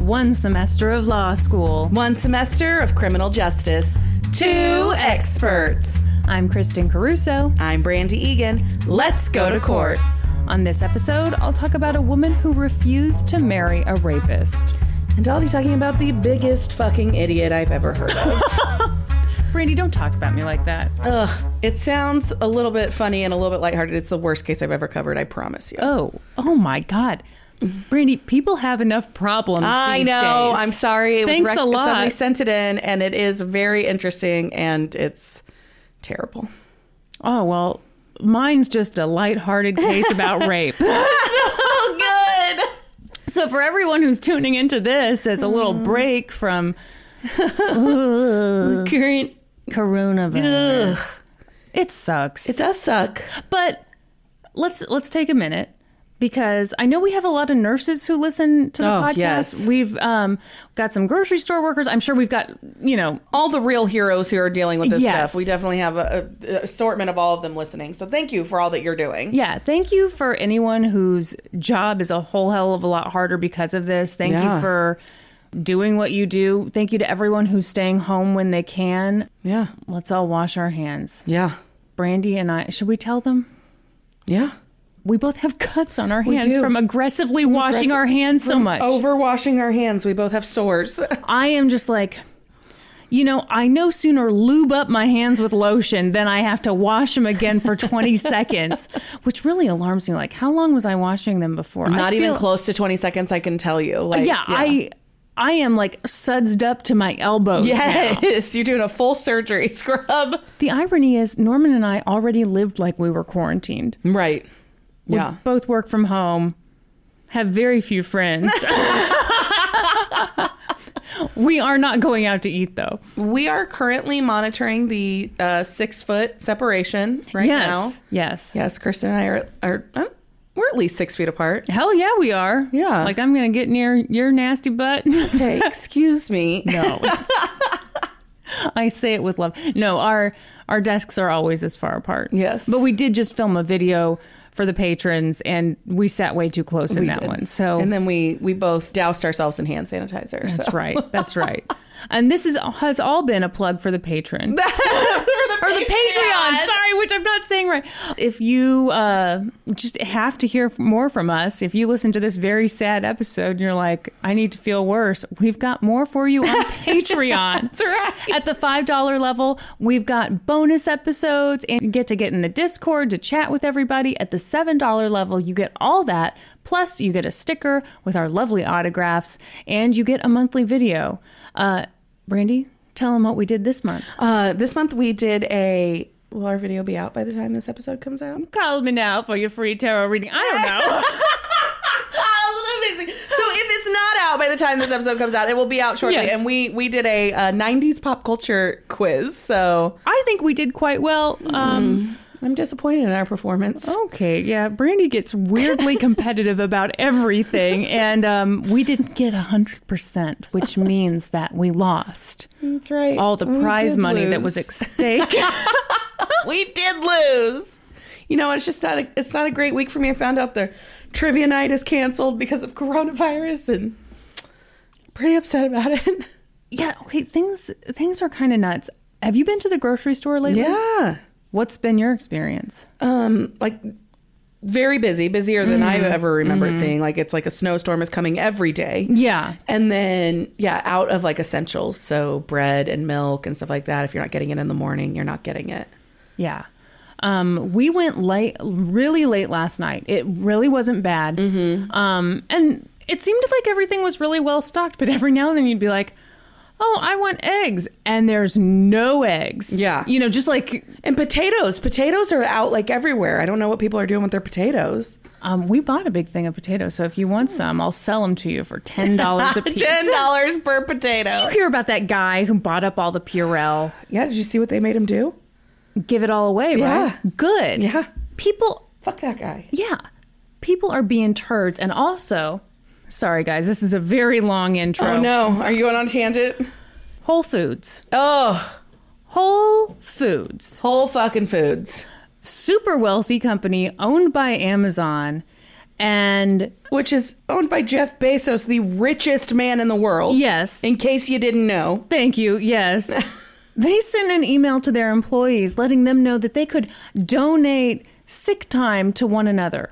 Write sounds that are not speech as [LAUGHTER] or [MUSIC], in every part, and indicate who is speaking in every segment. Speaker 1: One semester of law school.
Speaker 2: One semester of criminal justice. Two experts.
Speaker 1: I'm Kristen Caruso.
Speaker 2: I'm Brandy Egan. Let's go to court.
Speaker 1: On this episode, I'll talk about a woman who refused to marry a rapist.
Speaker 2: And I'll be talking about the biggest fucking idiot I've ever
Speaker 1: [LAUGHS]
Speaker 2: heard of.
Speaker 1: Brandy, don't talk about me like that.
Speaker 2: Ugh. It sounds a little bit funny and a little bit lighthearted. It's the worst case I've ever covered, I promise you.
Speaker 1: Oh, oh my God. Brandy, people have enough problems.
Speaker 2: I
Speaker 1: these
Speaker 2: know.
Speaker 1: days.
Speaker 2: I'm sorry. It
Speaker 1: Thanks
Speaker 2: was rec-
Speaker 1: a lot.
Speaker 2: Somebody sent it in, and it is very interesting, and it's terrible.
Speaker 1: Oh, well, mine's just a lighthearted case
Speaker 2: [LAUGHS]
Speaker 1: about rape.
Speaker 2: so
Speaker 1: Oh,
Speaker 2: good.
Speaker 1: So, for everyone who's tuning into this as a little
Speaker 2: Mm.
Speaker 1: break from
Speaker 2: Current.
Speaker 1: coronavirus, it sucks.
Speaker 2: It does suck.
Speaker 1: But let's let's take a minute because I know we have a lot of nurses who listen to the
Speaker 2: Oh,
Speaker 1: podcast.
Speaker 2: yes.
Speaker 1: We've um, got some grocery store workers. I'm sure we've got you know
Speaker 2: all the real heroes who are dealing with this
Speaker 1: Yes.
Speaker 2: stuff. We definitely have a, a assortment of all of them listening. So thank you for all that you're doing.
Speaker 1: yeah. Thank you for anyone whose job is a whole hell of a lot harder because of this. Thank
Speaker 2: Yeah.
Speaker 1: you for doing what you do. Thank you to everyone who's staying home when they can.
Speaker 2: Yeah.
Speaker 1: Let's all wash our hands.
Speaker 2: Yeah.
Speaker 1: Brandy and I. Should we tell them?
Speaker 2: Yeah.
Speaker 1: We both have [LAUGHS] cuts on our hands
Speaker 2: do.
Speaker 1: from aggressively washing
Speaker 2: Aggressive-
Speaker 1: our hands so much.
Speaker 2: Over washing our hands. We both have sores. [LAUGHS]
Speaker 1: I am just like, you know, I no sooner lube up my hands with lotion than I have to wash them again for
Speaker 2: [LAUGHS]
Speaker 1: 20 seconds, which really alarms me. Like, how long was I washing them before? I feel-
Speaker 2: close to 20 seconds, I can tell you. Like,
Speaker 1: Yeah, I I am like sudsed up to my elbows. now.
Speaker 2: Yes, you're doing a full surgery [LAUGHS] scrub.
Speaker 1: The irony is, Norman and I already lived like we were quarantined.
Speaker 2: Right.
Speaker 1: We
Speaker 2: Yeah.
Speaker 1: both work from home, have very few
Speaker 2: [LAUGHS]
Speaker 1: friends. [LAUGHS] we are not going out to eat though.
Speaker 2: We are currently monitoring the uh, six foot separation right
Speaker 1: yes.
Speaker 2: now.
Speaker 1: Yes.
Speaker 2: Yes, Kristen and I are, are uh, we're at least six feet apart.
Speaker 1: Hell yeah, we are.
Speaker 2: Yeah.
Speaker 1: Like I'm gonna get near your nasty butt. [LAUGHS]
Speaker 2: Okay, excuse me.
Speaker 1: No.
Speaker 2: [LAUGHS]
Speaker 1: I say it with love. No, our our desks are always this far apart.
Speaker 2: Yes.
Speaker 1: But we did just film a video for the patrons and we sat way too close in
Speaker 2: We
Speaker 1: that
Speaker 2: did.
Speaker 1: one. So
Speaker 2: and then we we both doused ourselves in hand sanitizer.
Speaker 1: that's
Speaker 2: so.
Speaker 1: right. That's
Speaker 2: [LAUGHS]
Speaker 1: right. And this is has all been a plug for the patron. or the Patreon. Sorry, which I'm not saying right. If you uh, just have to hear more from us, if you listen to this very sad episode and you're like, I need to feel worse, we've got more for you [LAUGHS] on Patreon. That's
Speaker 2: right.
Speaker 1: At the five dollar level, we've got bonus episodes and you get to get in the Discord to chat with everybody. At the seven dollar level, you get all that. Plus, you get a sticker with our lovely autographs, and you get a monthly video. Uh, Brandy, tell them what we did this month.
Speaker 2: Uh, this month we did a. Will our video be out by the time this episode comes [LAUGHS] out?
Speaker 1: call me now for your free tarot reading. I don't know.
Speaker 2: amazing. So if it's not out by the time this episode comes out, it will be out shortly.
Speaker 1: Yes.
Speaker 2: And we we did a, uh 90s pop culture quiz. So
Speaker 1: [LAUGHS] I think we did quite well. Um,
Speaker 2: I'm disappointed in our performance.
Speaker 1: Okay, yeah. Brandy gets [LAUGHS] weirdly competitive about everything, and um, we didn't get hundred percent, [LAUGHS] which means that we lost
Speaker 2: That's right.
Speaker 1: all the
Speaker 2: We
Speaker 1: prize
Speaker 2: did
Speaker 1: money that was
Speaker 2: lose.
Speaker 1: at [LAUGHS] stake.
Speaker 2: [LAUGHS] we did lose. You know, it's just not a, it's not a great week for me. I found out the trivia night is canceled because of coronavirus, and pretty upset about it. [LAUGHS]
Speaker 1: yeah. Okay. Things things are kind of nuts. Have you been to the grocery store lately?
Speaker 2: Yeah,
Speaker 1: What's been your experience?
Speaker 2: um, like very busy, busier than I ever remember it seeing. Like it's like a snowstorm is coming every day.
Speaker 1: Yeah.
Speaker 2: And then, yeah, out of like essentials. So, bread and milk and stuff like that. If you're not getting it in the morning, you're not getting it.
Speaker 1: Yeah. Um, we went late, really late last night. It really wasn't bad.
Speaker 2: Mm-hmm.
Speaker 1: Um, and it seemed like everything was really well stocked, but every now and then you'd be like, oh, I want eggs. And there's no eggs.
Speaker 2: Yeah.
Speaker 1: You know, just like,
Speaker 2: And potatoes. Potatoes are out like everywhere. I don't know what people are doing with their potatoes.
Speaker 1: Um, we bought a big thing of potatoes, so if you want some, I'll sell them to you for
Speaker 2: [LAUGHS]
Speaker 1: ten dollars a piece.
Speaker 2: [LAUGHS] Ten dollars per potato.
Speaker 1: Did you hear about that guy who bought up all the Purell?
Speaker 2: [LAUGHS] Yeah, did you see what they made him do?
Speaker 1: Give it all away,
Speaker 2: Yeah.
Speaker 1: right? Good.
Speaker 2: Yeah.
Speaker 1: People
Speaker 2: Fuck that guy.
Speaker 1: yeah, people are being turds. And also, sorry guys, this is a very long intro.
Speaker 2: Oh no, are you going on a tangent?
Speaker 1: Whole Foods.
Speaker 2: Oh,
Speaker 1: Whole Foods.
Speaker 2: whole fucking foods,
Speaker 1: Super wealthy company owned by Amazon. And
Speaker 2: which is owned by Jeff Bezos, the richest man in the world.
Speaker 1: yes,
Speaker 2: In case you didn't know,
Speaker 1: thank you.
Speaker 2: [LAUGHS]
Speaker 1: Yes. they sent an email to their employees letting them know that they could donate sick time to one another.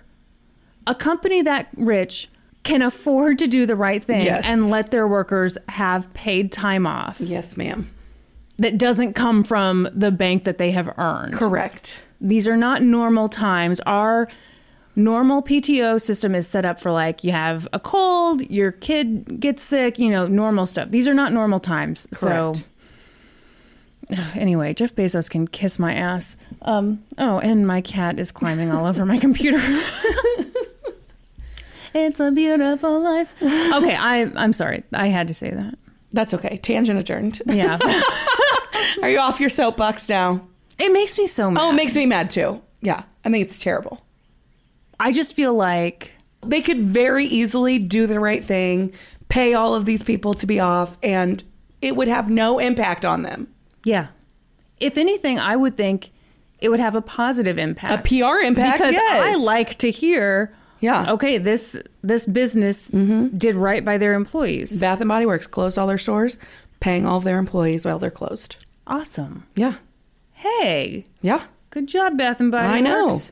Speaker 1: A company that rich can afford to do the right thing
Speaker 2: Yes.
Speaker 1: and let their workers have paid time off.
Speaker 2: yes, ma'am.
Speaker 1: that doesn't come from the bank that they have earned.
Speaker 2: Correct.
Speaker 1: These are not normal times. Our normal PTO system is set up for like you have a cold, your kid gets sick, you know, normal stuff. These are not normal times. So
Speaker 2: Correct.
Speaker 1: [SIGHS] anyway, Jeff Bezos can kiss my ass. Um, oh, and my cat is climbing all over my [LAUGHS] computer. it's a beautiful life. Okay, I I'm sorry. I had to say that.
Speaker 2: That's okay. Tangent [LAUGHS] adjourned.
Speaker 1: Yeah. [LAUGHS]
Speaker 2: Are you off your soapbox now?
Speaker 1: it makes me so mad.
Speaker 2: Oh, it makes me mad too. Yeah, I think it's terrible.
Speaker 1: I just feel like
Speaker 2: They could very easily do the right thing, pay all of these people to be off, and it would have no impact on them.
Speaker 1: Yeah. If anything, I would think it would have a positive
Speaker 2: A
Speaker 1: impact.
Speaker 2: PR impact,
Speaker 1: because
Speaker 2: yes.
Speaker 1: I like to hear.
Speaker 2: Yeah. Mm-hmm.
Speaker 1: Okay, this this business did right by their employees.
Speaker 2: Bath and Body Works closed all their stores, paying all of their employees while they're closed.
Speaker 1: awesome.
Speaker 2: Yeah,
Speaker 1: Hey,
Speaker 2: yeah.
Speaker 1: good job, Bath and Body
Speaker 2: I know.
Speaker 1: Works.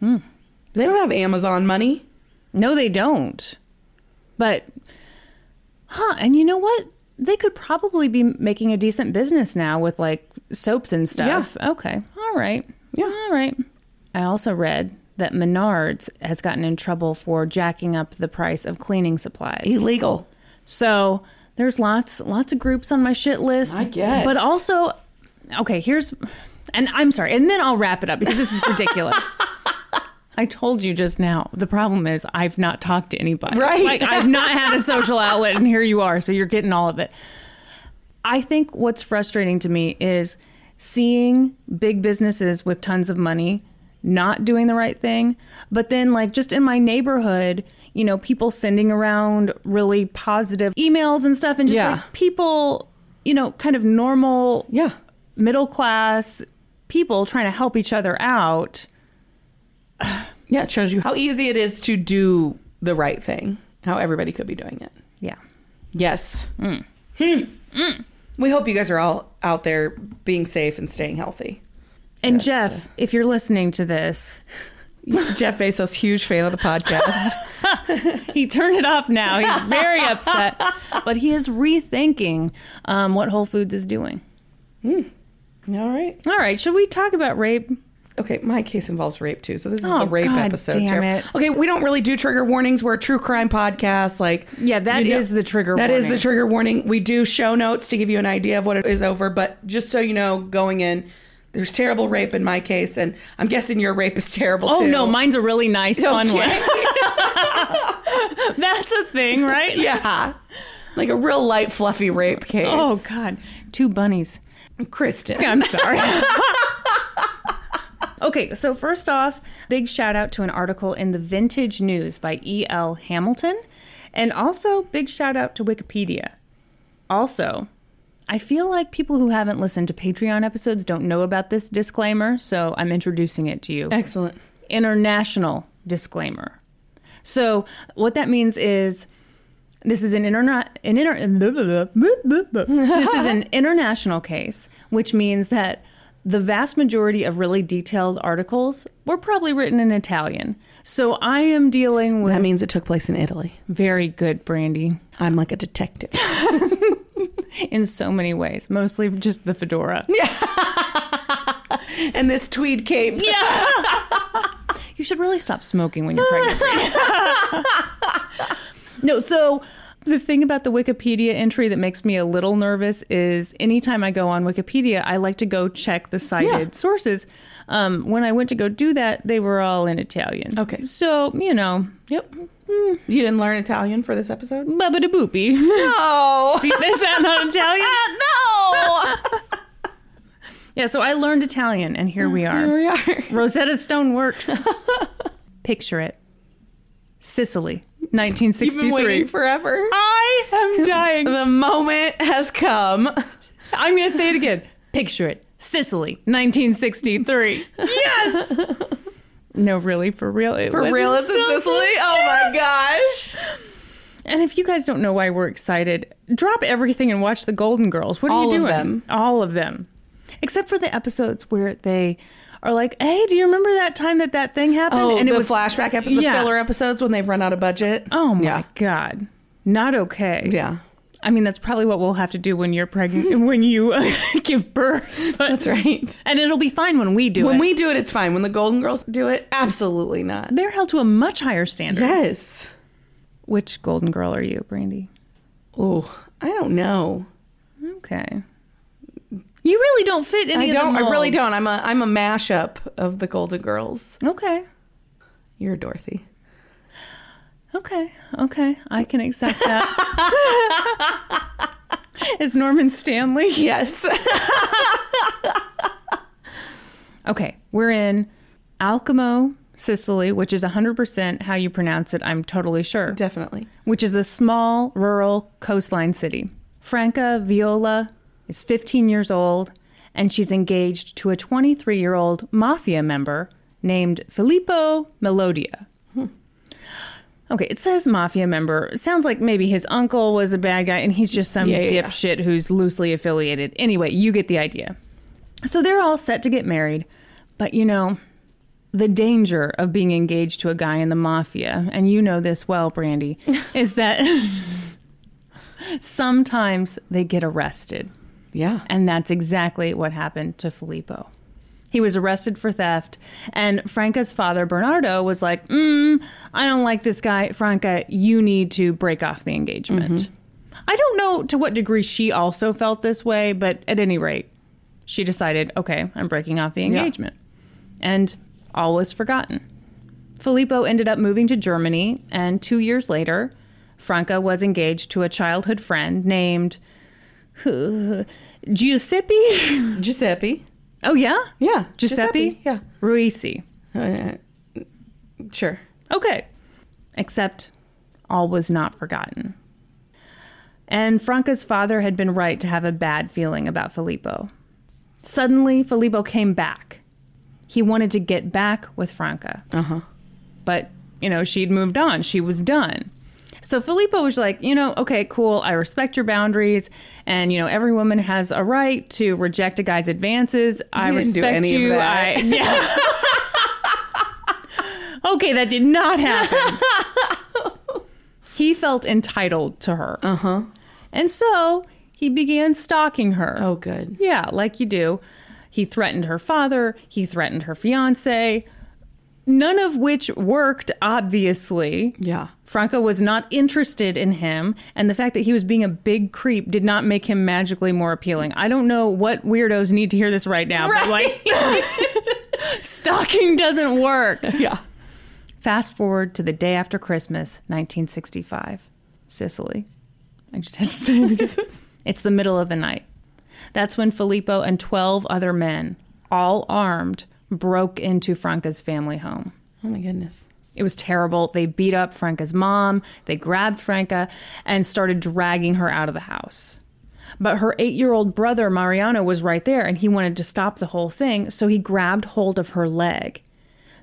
Speaker 2: They don't have Amazon money.
Speaker 1: No, they don't. But, huh? And you know what? They could probably be making a decent business now with like soaps and stuff. Okay. All right.
Speaker 2: Yeah.
Speaker 1: All right. I also read that Menards has gotten in trouble for jacking up the price of cleaning supplies.
Speaker 2: Illegal.
Speaker 1: So there's lots lots of groups on my shit list.
Speaker 2: I guess.
Speaker 1: But also okay, here's and I'm sorry, and then I'll wrap it up because this is
Speaker 2: [LAUGHS]
Speaker 1: ridiculous. I told you just now. The problem is I've not talked to anybody.
Speaker 2: Right.
Speaker 1: Like I've not had a social outlet and here you are, so you're getting all of it. I think what's frustrating to me is seeing big businesses with tons of money not doing the right thing, but then like just in my neighborhood, you know, people sending around really positive emails and stuff and just
Speaker 2: Yeah.
Speaker 1: like people, you know, kind of normal
Speaker 2: Yeah.
Speaker 1: middle class people trying to help each other out.
Speaker 2: Yeah, it shows you how easy it is to do the right thing, how everybody could be doing it.
Speaker 1: Yeah.
Speaker 2: Yes.
Speaker 1: Hmm.
Speaker 2: We hope you guys are all out there being safe and staying healthy.
Speaker 1: [LAUGHS] And Jeff, if you're listening to this,
Speaker 2: Jeff Bezos, huge fan of the podcast.
Speaker 1: he turned it off now. He's very upset, but he is rethinking um, what Whole Foods is doing.
Speaker 2: [LAUGHS] all right.
Speaker 1: All right, should we talk about rape?
Speaker 2: Okay, my case involves rape too, so this is
Speaker 1: Oh,
Speaker 2: the rape
Speaker 1: God
Speaker 2: episode.
Speaker 1: damn
Speaker 2: Tara.
Speaker 1: it.
Speaker 2: Okay, we don't really do trigger warnings. We're a true crime podcast. Like,
Speaker 1: Yeah, that is the trigger
Speaker 2: That is
Speaker 1: warning.
Speaker 2: the trigger warning. We do show notes to give you an idea of what it is over, but just so you know, going in, there's terrible rape in my case, and I'm guessing your rape is terrible
Speaker 1: Oh
Speaker 2: too.
Speaker 1: no, mine's a really nice fun
Speaker 2: [LAUGHS] Okay.
Speaker 1: one. [LAUGHS] That's a thing, right?
Speaker 2: yeah, like a real light, fluffy rape case.
Speaker 1: Oh God, two bunnies.
Speaker 2: Kristen.
Speaker 1: [LAUGHS] I'm
Speaker 2: [LAUGHS]
Speaker 1: sorry. okay, so first off, big shout out to an article in the Vintage News by E. L. Hamilton, and also big shout out to Wikipedia. Also. I feel like people who haven't listened to Patreon episodes don't know about this disclaimer, so I'm introducing it to you.
Speaker 2: Excellent.
Speaker 1: international disclaimer. So what that means is this is an interna- an inter- [LAUGHS] this is an international case, which means that the vast majority of really detailed articles were probably written in Italian. So I am dealing with
Speaker 2: That means it took place in Italy.
Speaker 1: very good brandy
Speaker 2: I'm like a detective.
Speaker 3: [LAUGHS]
Speaker 1: in so many ways, mostly just the fedora.
Speaker 2: and this tweed cape.
Speaker 1: [LAUGHS] You should really stop smoking when you're pregnant. Brady. [LAUGHS] no, so the thing about the Wikipedia entry that makes me a little nervous is anytime I go on Wikipedia, I like to go check the cited
Speaker 3: Yeah.
Speaker 1: sources. Um, when I went to go do that, they were all in Italian.
Speaker 3: Okay.
Speaker 1: So, you know,
Speaker 3: Yep. You didn't learn Italian for this episode?
Speaker 1: bubba da boopy.
Speaker 3: [LAUGHS] No.
Speaker 1: [LAUGHS] See, uh, they sound not
Speaker 3: [LAUGHS]
Speaker 1: Italian.
Speaker 3: Ah,
Speaker 1: Yeah, so I learned Italian, and here we
Speaker 3: no. [LAUGHS] Here
Speaker 1: are.
Speaker 3: we are.
Speaker 1: [LAUGHS] Rosetta Stone
Speaker 3: [LAUGHS]
Speaker 1: works. Picture it. Sicily,
Speaker 3: You've been
Speaker 1: 1963.
Speaker 3: waiting [LAUGHS] forever. I am
Speaker 1: dying.
Speaker 3: [LAUGHS] The moment has come.
Speaker 1: I'm going to say it again. Picture it. Sicily, 1963. Yes! no, really, for real. It
Speaker 3: [LAUGHS] For
Speaker 1: was
Speaker 3: real,
Speaker 1: in
Speaker 3: it's in Sicily. Oh my gosh.
Speaker 1: And if you guys don't know why we're excited, drop everything and watch The Golden Girls. What are
Speaker 3: All
Speaker 1: you
Speaker 3: of
Speaker 1: doing?
Speaker 3: them.
Speaker 1: All of them. Except for the episodes where they are like, hey, do you remember that time that that thing happened?
Speaker 3: Oh,
Speaker 1: and
Speaker 3: the flashback episodes, the
Speaker 1: Yeah.
Speaker 3: filler episodes when they've run out of budget.
Speaker 1: Oh my
Speaker 3: yeah.
Speaker 1: God. Not okay.
Speaker 3: Yeah.
Speaker 1: I mean, that's probably what we'll have to do when you're
Speaker 3: [LAUGHS]
Speaker 1: pregnant, when you uh, [LAUGHS] give birth. But,
Speaker 3: That's right.
Speaker 1: And it'll be fine when we do
Speaker 3: When
Speaker 1: it.
Speaker 3: we do it, it's fine. When the Golden Girls do it, absolutely not.
Speaker 1: They're held to a much higher standard.
Speaker 3: Yes.
Speaker 1: Which Golden Girl are you, Brandy?
Speaker 3: Oh, I don't know.
Speaker 1: Okay. You really don't fit any
Speaker 3: I
Speaker 1: of the
Speaker 3: don't. I really
Speaker 1: molds.
Speaker 3: don't. I'm a. I'm a mashup of the Golden Girls.
Speaker 1: Okay.
Speaker 3: You're Dorothy.
Speaker 1: Okay. Okay. I can accept that.
Speaker 3: [LAUGHS]
Speaker 1: Is Norman Stanley?
Speaker 3: Yes. [LAUGHS]
Speaker 1: Okay. We're in Alcamo, Sicily, which is 100% how you pronounce it, I'm totally sure,
Speaker 3: Definitely.
Speaker 1: which is a small rural coastline city. Franca Viola is 15 years old and she's engaged to a 23 year old mafia member named Filippo Melodia. Hmm. Okay, it says mafia member. It sounds like maybe his uncle was a bad guy and he's just some
Speaker 3: Yeah, yeah, yeah.
Speaker 1: dipshit who's loosely affiliated. Anyway, you get the idea. So they're all set to get married, but you know, the danger of being engaged to a guy in the mafia, and you know this well, Brandy, is that [LAUGHS] sometimes they get arrested.
Speaker 3: Yeah.
Speaker 1: And that's exactly what happened to Filippo. He was arrested for theft, and Franca's father, Bernardo, was like, mm, I don't like this guy. Franca, you need to break off the engagement. I don't know to what degree she also felt this way, but at any rate, she decided, okay, I'm breaking off the engagement. And all was forgotten. Filippo ended up moving to Germany, and two years later, Franca was engaged to a childhood friend named Giuseppe. [LAUGHS]
Speaker 3: Giuseppe.
Speaker 1: Oh yeah,
Speaker 3: Yeah.
Speaker 1: Giuseppe.
Speaker 3: Yeah.
Speaker 1: Ruisi.
Speaker 3: Uh, sure.
Speaker 1: Okay, except all was not forgotten. And Franca's father had been right to have a bad feeling about Filippo. Suddenly, Filippo came back. He wanted to get back with Franca. Uh
Speaker 3: Uh-huh.
Speaker 1: huh. But, you know, she'd moved on. She was done. So Filippo was like, you know, okay, cool. I respect your boundaries. And, you know, every woman has a right to reject a guy's advances. I
Speaker 3: didn't do
Speaker 1: respect
Speaker 3: any of
Speaker 1: you.
Speaker 3: that.
Speaker 1: I, yeah. [LAUGHS] okay, that did
Speaker 3: [LAUGHS]
Speaker 1: not happen. he felt entitled to her. Uh huh.
Speaker 3: Uh-huh.
Speaker 1: And so he began stalking her.
Speaker 3: Oh, good.
Speaker 1: Yeah, like you do. He threatened her father, he threatened her fiance, none of which worked, obviously.
Speaker 3: Yeah.
Speaker 1: Franco was not interested in him, and the fact that he was being a big creep did not make him magically more appealing. I don't know what weirdos need to hear this right now, but like, [LAUGHS] stalking doesn't work.
Speaker 3: Yeah.
Speaker 1: Fast forward to the day after Christmas, 1965, Sicily. I just had to say it because [LAUGHS] it's the middle of the night. That's when Filippo and 12 other men, all armed, broke into Franca's family home.
Speaker 3: Oh my goodness.
Speaker 1: It was terrible. They beat up Franca's mom, they grabbed Franca, and started dragging her out of the house. But her eight year old brother, Mariano, was right there and he wanted to stop the whole thing, so he grabbed hold of her leg.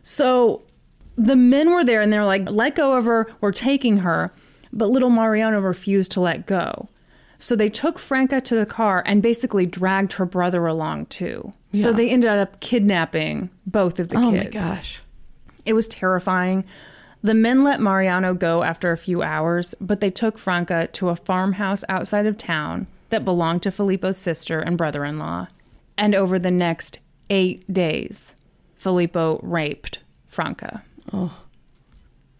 Speaker 1: So the men were there and they're like, let go of her, we're taking her. But little Mariano refused to let go. So they took Franca to the car and basically dragged her brother along too. So they ended up kidnapping both of the
Speaker 3: Oh
Speaker 1: kids.
Speaker 3: my gosh.
Speaker 1: It was terrifying. The men let Mariano go after a few hours, but they took Franca to a farmhouse outside of town that belonged to Filippo's sister and brother in law. And over the next eight days, Filippo raped Franca. Oh.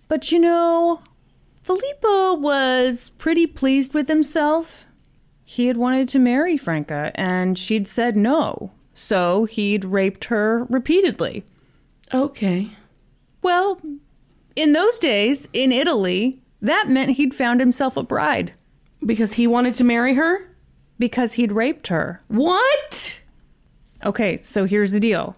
Speaker 1: But you know, Filippo was pretty pleased with himself. He had wanted to marry Franca, and she'd said no. So he'd raped her repeatedly.
Speaker 3: Okay.
Speaker 1: Well, in those days, in Italy, that meant he'd found himself a bride
Speaker 3: Because he wanted to marry her?
Speaker 1: because he'd raped her.
Speaker 3: What?
Speaker 1: Okay, so here's the deal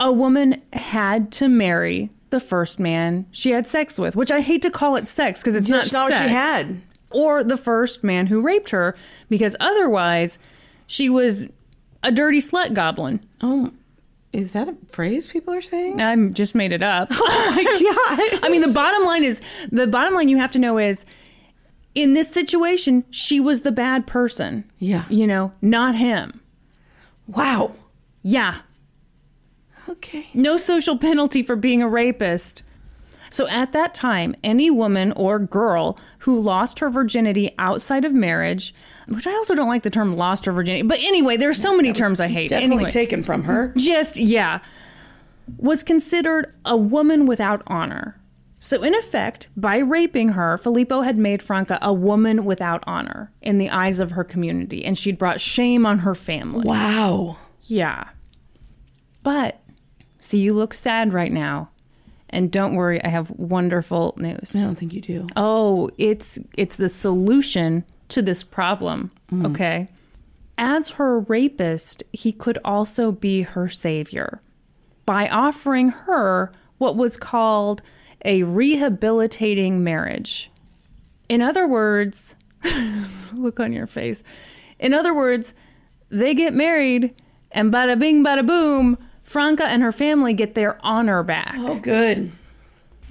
Speaker 1: a woman had to marry the first man she had sex with, which I hate to call it sex because it's not
Speaker 3: That's not
Speaker 1: sex.
Speaker 3: what she had.
Speaker 1: or the first man who raped her, because otherwise she was a dirty slut goblin.
Speaker 3: Oh, Is that a phrase people are [LAUGHS] saying?
Speaker 1: I just made it up.
Speaker 3: my God.
Speaker 1: I mean, the bottom line is the bottom line you have to know is in this situation, she was the bad person.
Speaker 3: Yeah.
Speaker 1: You know, not him.
Speaker 3: Wow.
Speaker 1: Yeah.
Speaker 3: Okay.
Speaker 1: No social penalty for being a rapist. So at that time, any woman or girl who lost her virginity outside of marriage, which I also don't like the term lost her virginity, but anyway, there's so many terms I hate.
Speaker 3: Definitely
Speaker 1: anyway.
Speaker 3: taken from her.
Speaker 1: just yeah was considered a woman without honor so in effect by raping her filippo had made franca a woman without honor in the eyes of her community and she'd brought shame on her family
Speaker 3: Wow.
Speaker 1: yeah but see you look sad right now and don't worry i have wonderful news
Speaker 3: I don't think you do.
Speaker 1: oh it's it's the solution to this problem okay as her rapist he could also be her savior by offering her what was called a rehabilitating marriage in other words [LAUGHS] look on your face in other words they get married and bada bing bada boom franca and her family get their honor back
Speaker 3: Oh, good.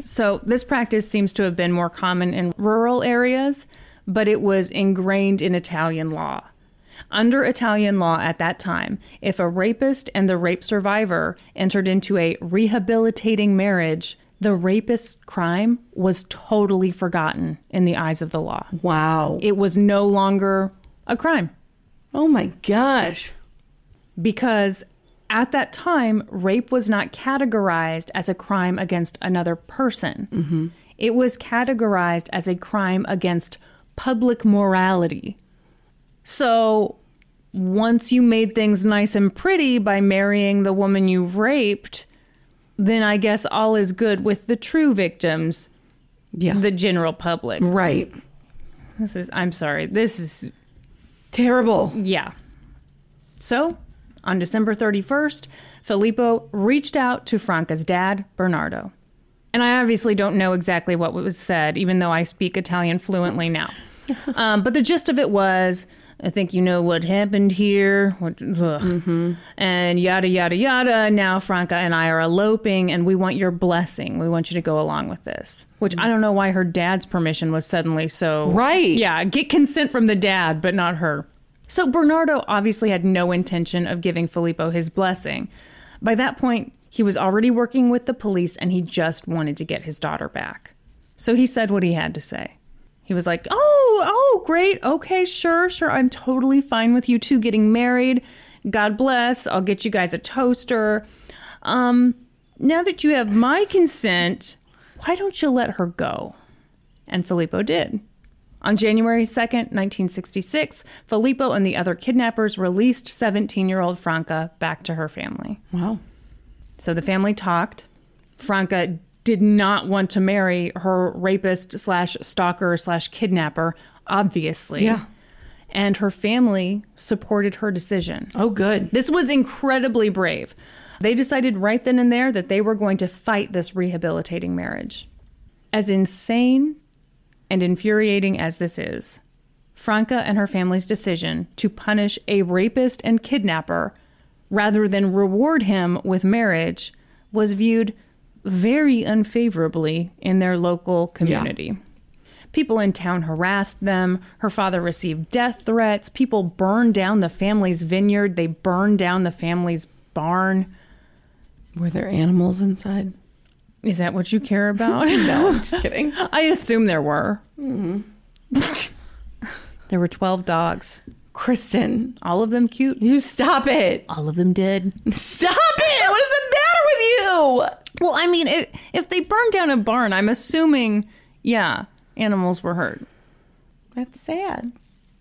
Speaker 1: so, this practice seems to have been more common in rural areas, but it was ingrained in Italian law. Under Italian law at that time, if a rapist and the rape survivor entered into a rehabilitating marriage, the rapist's crime was totally forgotten in the eyes of the law.
Speaker 3: Wow.
Speaker 1: It was no longer a crime
Speaker 3: oh, my gosh.
Speaker 1: because at that time, rape was not categorized as a crime against another person. It was categorized as a crime against public morality. So once you made things nice and pretty by marrying the woman you've raped, then I guess all is good with the true victims,
Speaker 3: Yeah.
Speaker 1: the general public.
Speaker 3: right.
Speaker 1: This is, I'm sorry, this is
Speaker 3: Terrible.
Speaker 1: yeah. So, on December 31st, Filippo reached out to Franca's dad, Bernardo. And I obviously don't know exactly what was said, even though I speak Italian fluently now. um, but the gist of it was I think you know what happened here. What, ugh. And yada, yada, yada. Now Franca and I are eloping, and we want your blessing. We want you to go along with this. Which I don't know why her dad's permission was suddenly so.
Speaker 3: Right.
Speaker 1: Yeah, get consent from the dad, but not her. So Bernardo obviously had no intention of giving Filippo his blessing. By that point, he was already working with the police and he just wanted to get his daughter back. So he said what he had to say. He was like, "Oh, oh, great. Okay, sure, sure. I'm totally fine with you two getting married. God bless. I'll get you guys a toaster. Um, now that you have my consent, why don't you let her go?" And Filippo did. On January 2nd, 1966, Filippo and the other kidnappers released 17 year old Franca back to her family.
Speaker 3: Wow.
Speaker 1: So the family talked. Franca did not want to marry her rapist slash stalker slash kidnapper, obviously.
Speaker 3: Yeah.
Speaker 1: And her family supported her decision.
Speaker 3: Oh, good.
Speaker 1: This was incredibly brave. They decided right then and there that they were going to fight this rehabilitating marriage. As insane and infuriating as this is, Franca and her family's decision to punish a rapist and kidnapper rather than reward him with marriage was viewed very unfavorably in their local community. People in town harassed them. Her father received death threats. People burned down the family's vineyard. They burned down the family's barn.
Speaker 3: Were there animals inside?
Speaker 1: Is that what you care [LAUGHS] about?
Speaker 3: No, I'm just kidding.
Speaker 1: I assume there were. Mm-hmm. [LAUGHS] there were 12 dogs,
Speaker 3: Kristen,
Speaker 1: all of them cute.
Speaker 3: you stop it.
Speaker 1: All of them [LAUGHS] dead.
Speaker 3: Stop it. What is the matter with you?
Speaker 1: Well, I mean, it, if they burned down a barn, I'm assuming, yeah, animals were hurt.
Speaker 2: That's sad.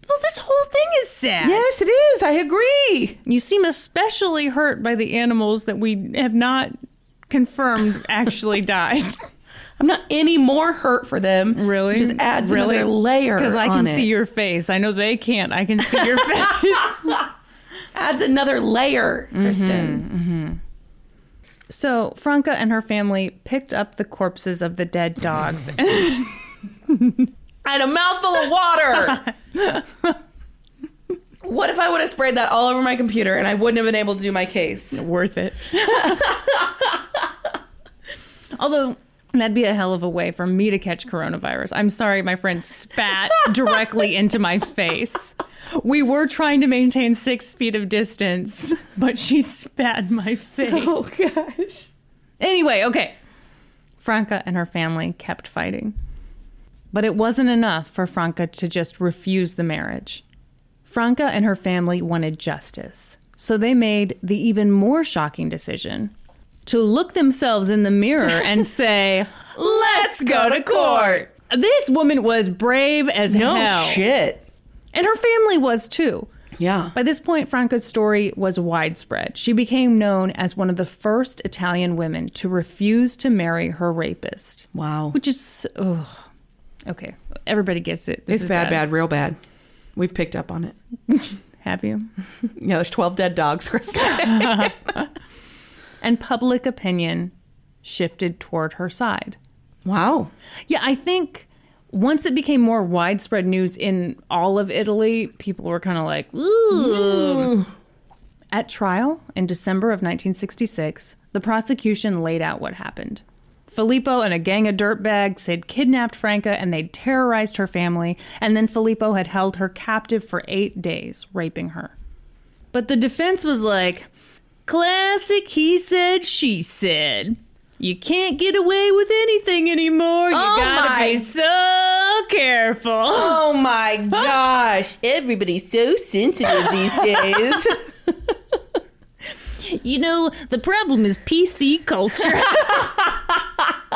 Speaker 1: Well, this whole thing is sad.
Speaker 2: Yes, it is. I agree.
Speaker 1: You seem especially hurt by the animals that we have not confirmed actually
Speaker 2: [LAUGHS]
Speaker 1: died.
Speaker 2: I'm not any more hurt for them.
Speaker 1: Really?
Speaker 2: It just adds
Speaker 1: really?
Speaker 2: another layer.
Speaker 1: Because I can
Speaker 2: on
Speaker 1: see
Speaker 2: it.
Speaker 1: your face. I know they can't. I can see
Speaker 2: [LAUGHS]
Speaker 1: your face.
Speaker 2: adds another layer,
Speaker 1: Mm-hmm.
Speaker 2: Kristen.
Speaker 1: so Franca and her family picked up the corpses of the dead dogs.
Speaker 2: And a mouthful of water.
Speaker 1: [LAUGHS]
Speaker 2: what if I would have sprayed that all over my computer and I wouldn't have been able to do my
Speaker 1: [LAUGHS]
Speaker 2: case?
Speaker 1: Worth it. Although that'd be a hell of a way for me to catch coronavirus. I'm sorry, my friend spat directly into my face. We were trying to maintain six feet of distance, but she spat in my face.
Speaker 2: gosh.
Speaker 1: Anyway, okay. Franca and her family kept fighting. But it wasn't enough for Franca to just refuse the marriage. Franca and her family wanted justice, so they made the even more shocking decision to look themselves in the mirror
Speaker 2: [LAUGHS]
Speaker 1: and say, Let's go to court. This woman was brave as
Speaker 2: No
Speaker 1: hell.
Speaker 2: Oh, shit.
Speaker 1: And her family was too.
Speaker 2: Yeah.
Speaker 1: By this point, Franca's story was widespread. She became known as one of the first Italian women to refuse to marry her rapist.
Speaker 2: Wow.
Speaker 1: Which is, ugh. Okay, everybody gets it. This
Speaker 2: It's
Speaker 1: is
Speaker 2: bad, bad, real bad. We've picked up on it.
Speaker 1: Have you? [LAUGHS]
Speaker 2: Yeah, there's 12 dead dogs, [LAUGHS] Kristen.
Speaker 1: And public opinion shifted toward her side.
Speaker 2: wow.
Speaker 1: Yeah, I think once it became more widespread news in all of Italy, people were kind of like, ooh. At trial in December of 1966, the prosecution laid out what happened. Filippo and a gang of dirtbags had kidnapped Franca and they'd terrorized her family, and then Filippo had held her captive for eight days, raping her. But the defense was like, classic he said, she said. You can't get away with anything anymore. You
Speaker 2: Oh
Speaker 1: gotta
Speaker 2: my-
Speaker 1: be so
Speaker 2: [LAUGHS]
Speaker 1: careful.
Speaker 2: Oh my gosh. Everybody's so sensitive [LAUGHS] these days.
Speaker 1: You know, the problem is PC culture. [LAUGHS]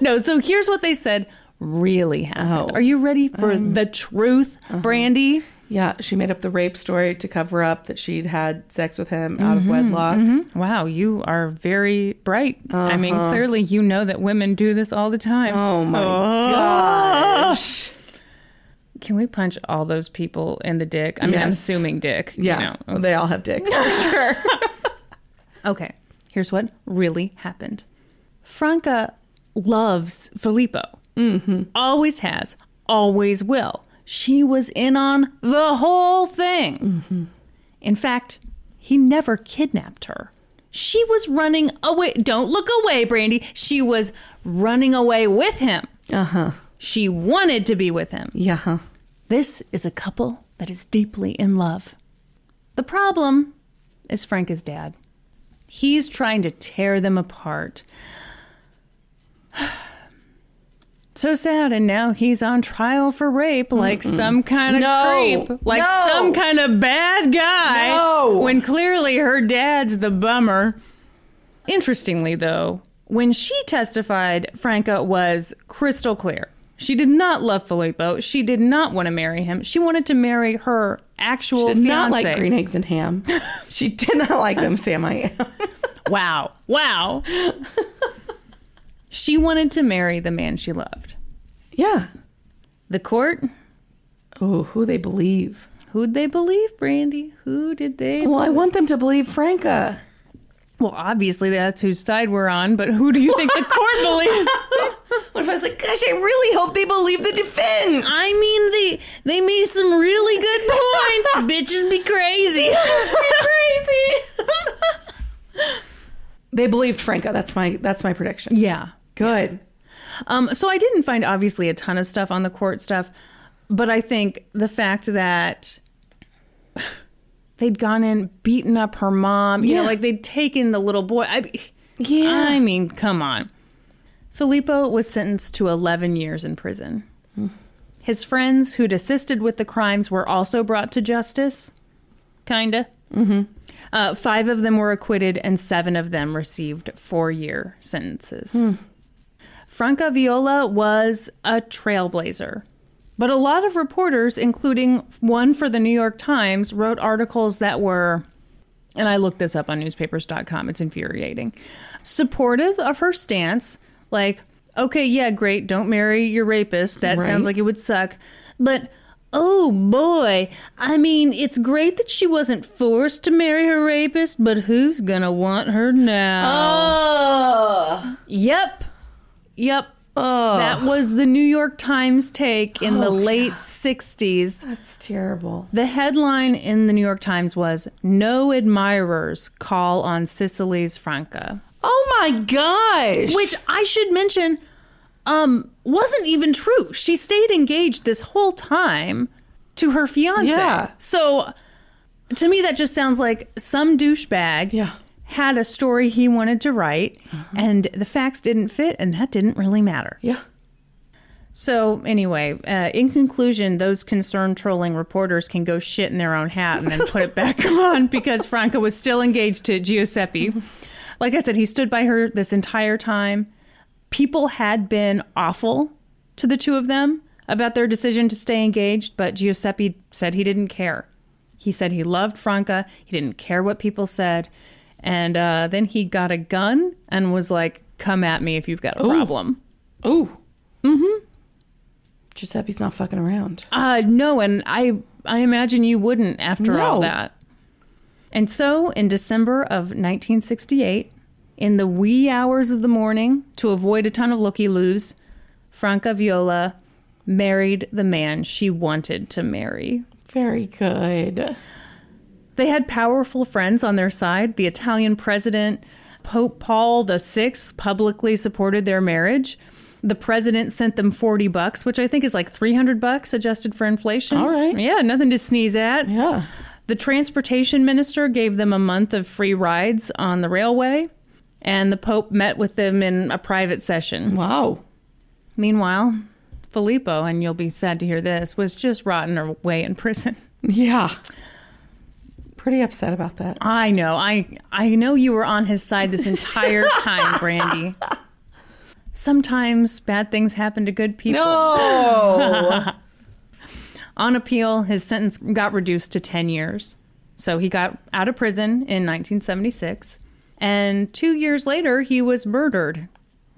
Speaker 1: no, so here's what they said really happened.
Speaker 2: Oh.
Speaker 1: Are you ready for the truth, Brandy?
Speaker 2: yeah, she made up the rape story to cover up that she'd had sex with him out
Speaker 1: Mm-hmm,
Speaker 2: of wedlock.
Speaker 1: Wow, you are very bright. I mean, clearly you know that women do this all the time. Oh.
Speaker 2: Oh my gosh.
Speaker 1: Can we punch all those people in the dick? I mean, I'm
Speaker 2: Yes.
Speaker 1: assuming dick. you
Speaker 2: Yeah.
Speaker 1: know.
Speaker 2: They all
Speaker 1: [LAUGHS]
Speaker 2: have dicks.
Speaker 1: Okay. Here's what really happened. Franca loves Filippo. Mm-hmm. Always has. Always will. She was in on the whole thing. In fact, he never kidnapped her. She was running away. Don't look away, Brandy. She was running away with him.
Speaker 2: uh huh.
Speaker 1: She wanted to be with him.
Speaker 2: Yeah. huh.
Speaker 1: This is a couple that is deeply in love. The problem is Franca's dad. He's trying to tear them apart. [SIGHS] So sad, and now he's on trial for rape like some kind of
Speaker 2: No.
Speaker 1: creep, like
Speaker 2: No.
Speaker 1: some kind of bad guy.
Speaker 2: No.
Speaker 1: When clearly her dad's the bummer. Interestingly, though, when she testified, Franca was crystal clear. She did not love Filippo. She did not want to marry him. She wanted to marry her actual
Speaker 2: Did
Speaker 1: fiance.
Speaker 2: not like green eggs and ham.
Speaker 1: [LAUGHS]
Speaker 2: she did not like them, Sam. I am.
Speaker 1: Wow.
Speaker 2: [LAUGHS]
Speaker 1: Wow. she wanted to marry the man she loved.
Speaker 2: Yeah.
Speaker 1: The court,
Speaker 2: Oh, who they believe.
Speaker 1: who'd they believe, Brandy? Who did they?
Speaker 2: Well, I want them to believe Franca.
Speaker 1: Well, obviously that's whose side we're on, but who do you think the court
Speaker 2: [LAUGHS]
Speaker 1: believed?
Speaker 2: What if I was like, gosh, I really hope they believe the defense.
Speaker 1: I mean, they they made some really good points. Bitches be crazy.
Speaker 2: crazy. they believed Franca. That's my that's my
Speaker 1: [LAUGHS]
Speaker 2: prediction.
Speaker 1: yeah.
Speaker 2: Good.
Speaker 1: Um, so I didn't find obviously a ton of stuff on the court stuff, but I think the fact that they'd gone in, beaten up her mom, you know,
Speaker 2: Yeah.
Speaker 1: like they'd taken the little boy. I,
Speaker 2: Yeah.
Speaker 1: I mean, come on. Filippo was sentenced to 11 years in prison. His friends who'd assisted with the crimes were also brought to justice. Kinda. Mm-hmm. Uh, five of them were acquitted, and seven of them received four year sentences. Franca Viola was a trailblazer. But a lot of reporters, including one for the New York Times, wrote articles that were, and I looked this up on newspapers.com, it's infuriating, supportive of her stance. Like, okay, yeah, great, don't marry your rapist. That sounds like it would suck. But oh boy, I mean, it's great that she wasn't forced to marry her rapist, but who's gonna want her now?
Speaker 3: Oh.
Speaker 1: Yep. Yep. That was the New York Times take in
Speaker 3: Oh,
Speaker 1: the late 60s.
Speaker 3: That's terrible.
Speaker 1: The headline in the New York Times was No Admirers Call on Sicily's Franca,
Speaker 3: Oh my gosh.
Speaker 1: which I should mention um, wasn't even true. She stayed engaged this whole time to her fiance.
Speaker 3: Yeah.
Speaker 1: So to me, that just sounds like some douchebag
Speaker 3: Yeah. Mm-hmm.
Speaker 1: had a story he wanted to write, and the facts didn't fit, and that didn't really matter.
Speaker 3: Yeah.
Speaker 1: So, anyway, uh, in conclusion, those concerned trolling reporters can go shit in their own hat and then put it back [LAUGHS] on because Franca was still engaged to Giuseppe. Like I said, he stood by her this entire time. People had been awful to the two of them about their decision to stay engaged, but Giuseppe said he didn't care. He said he loved Franca, he didn't care what people said. And uh, then he got a gun and was like, come at me if you've got a problem.
Speaker 3: Ooh. Mm-hmm. Giuseppe's not fucking around.
Speaker 1: Uh, no, and I I imagine you wouldn't after all
Speaker 3: No.
Speaker 1: that. And so, in December of 1968, in the wee hours of the morning, to avoid a ton of looky-loos, Franca Viola married the man she wanted to marry.
Speaker 3: Very good.
Speaker 1: They had powerful friends on their side. The Italian president, Pope Paul VI, publicly supported their marriage. The president sent them 40 bucks, which I think is like 300 bucks adjusted for inflation.
Speaker 3: All right.
Speaker 1: Yeah, nothing to sneeze at.
Speaker 3: Yeah.
Speaker 1: The transportation minister gave them a month of free rides on the railway, and the Pope met with them in a private session.
Speaker 3: Wow.
Speaker 1: Meanwhile, Filippo, and you'll be sad to hear this, was just rotting away in prison. [LAUGHS]
Speaker 3: Yeah. Pretty upset about that.
Speaker 1: I know. I I know you were on his side this entire time, Brandy. Sometimes bad things happen to good people.
Speaker 2: Oh.
Speaker 3: No.
Speaker 1: On appeal, his sentence got reduced to 10 years. So he got out of prison in 1976. And two years later, he was murdered.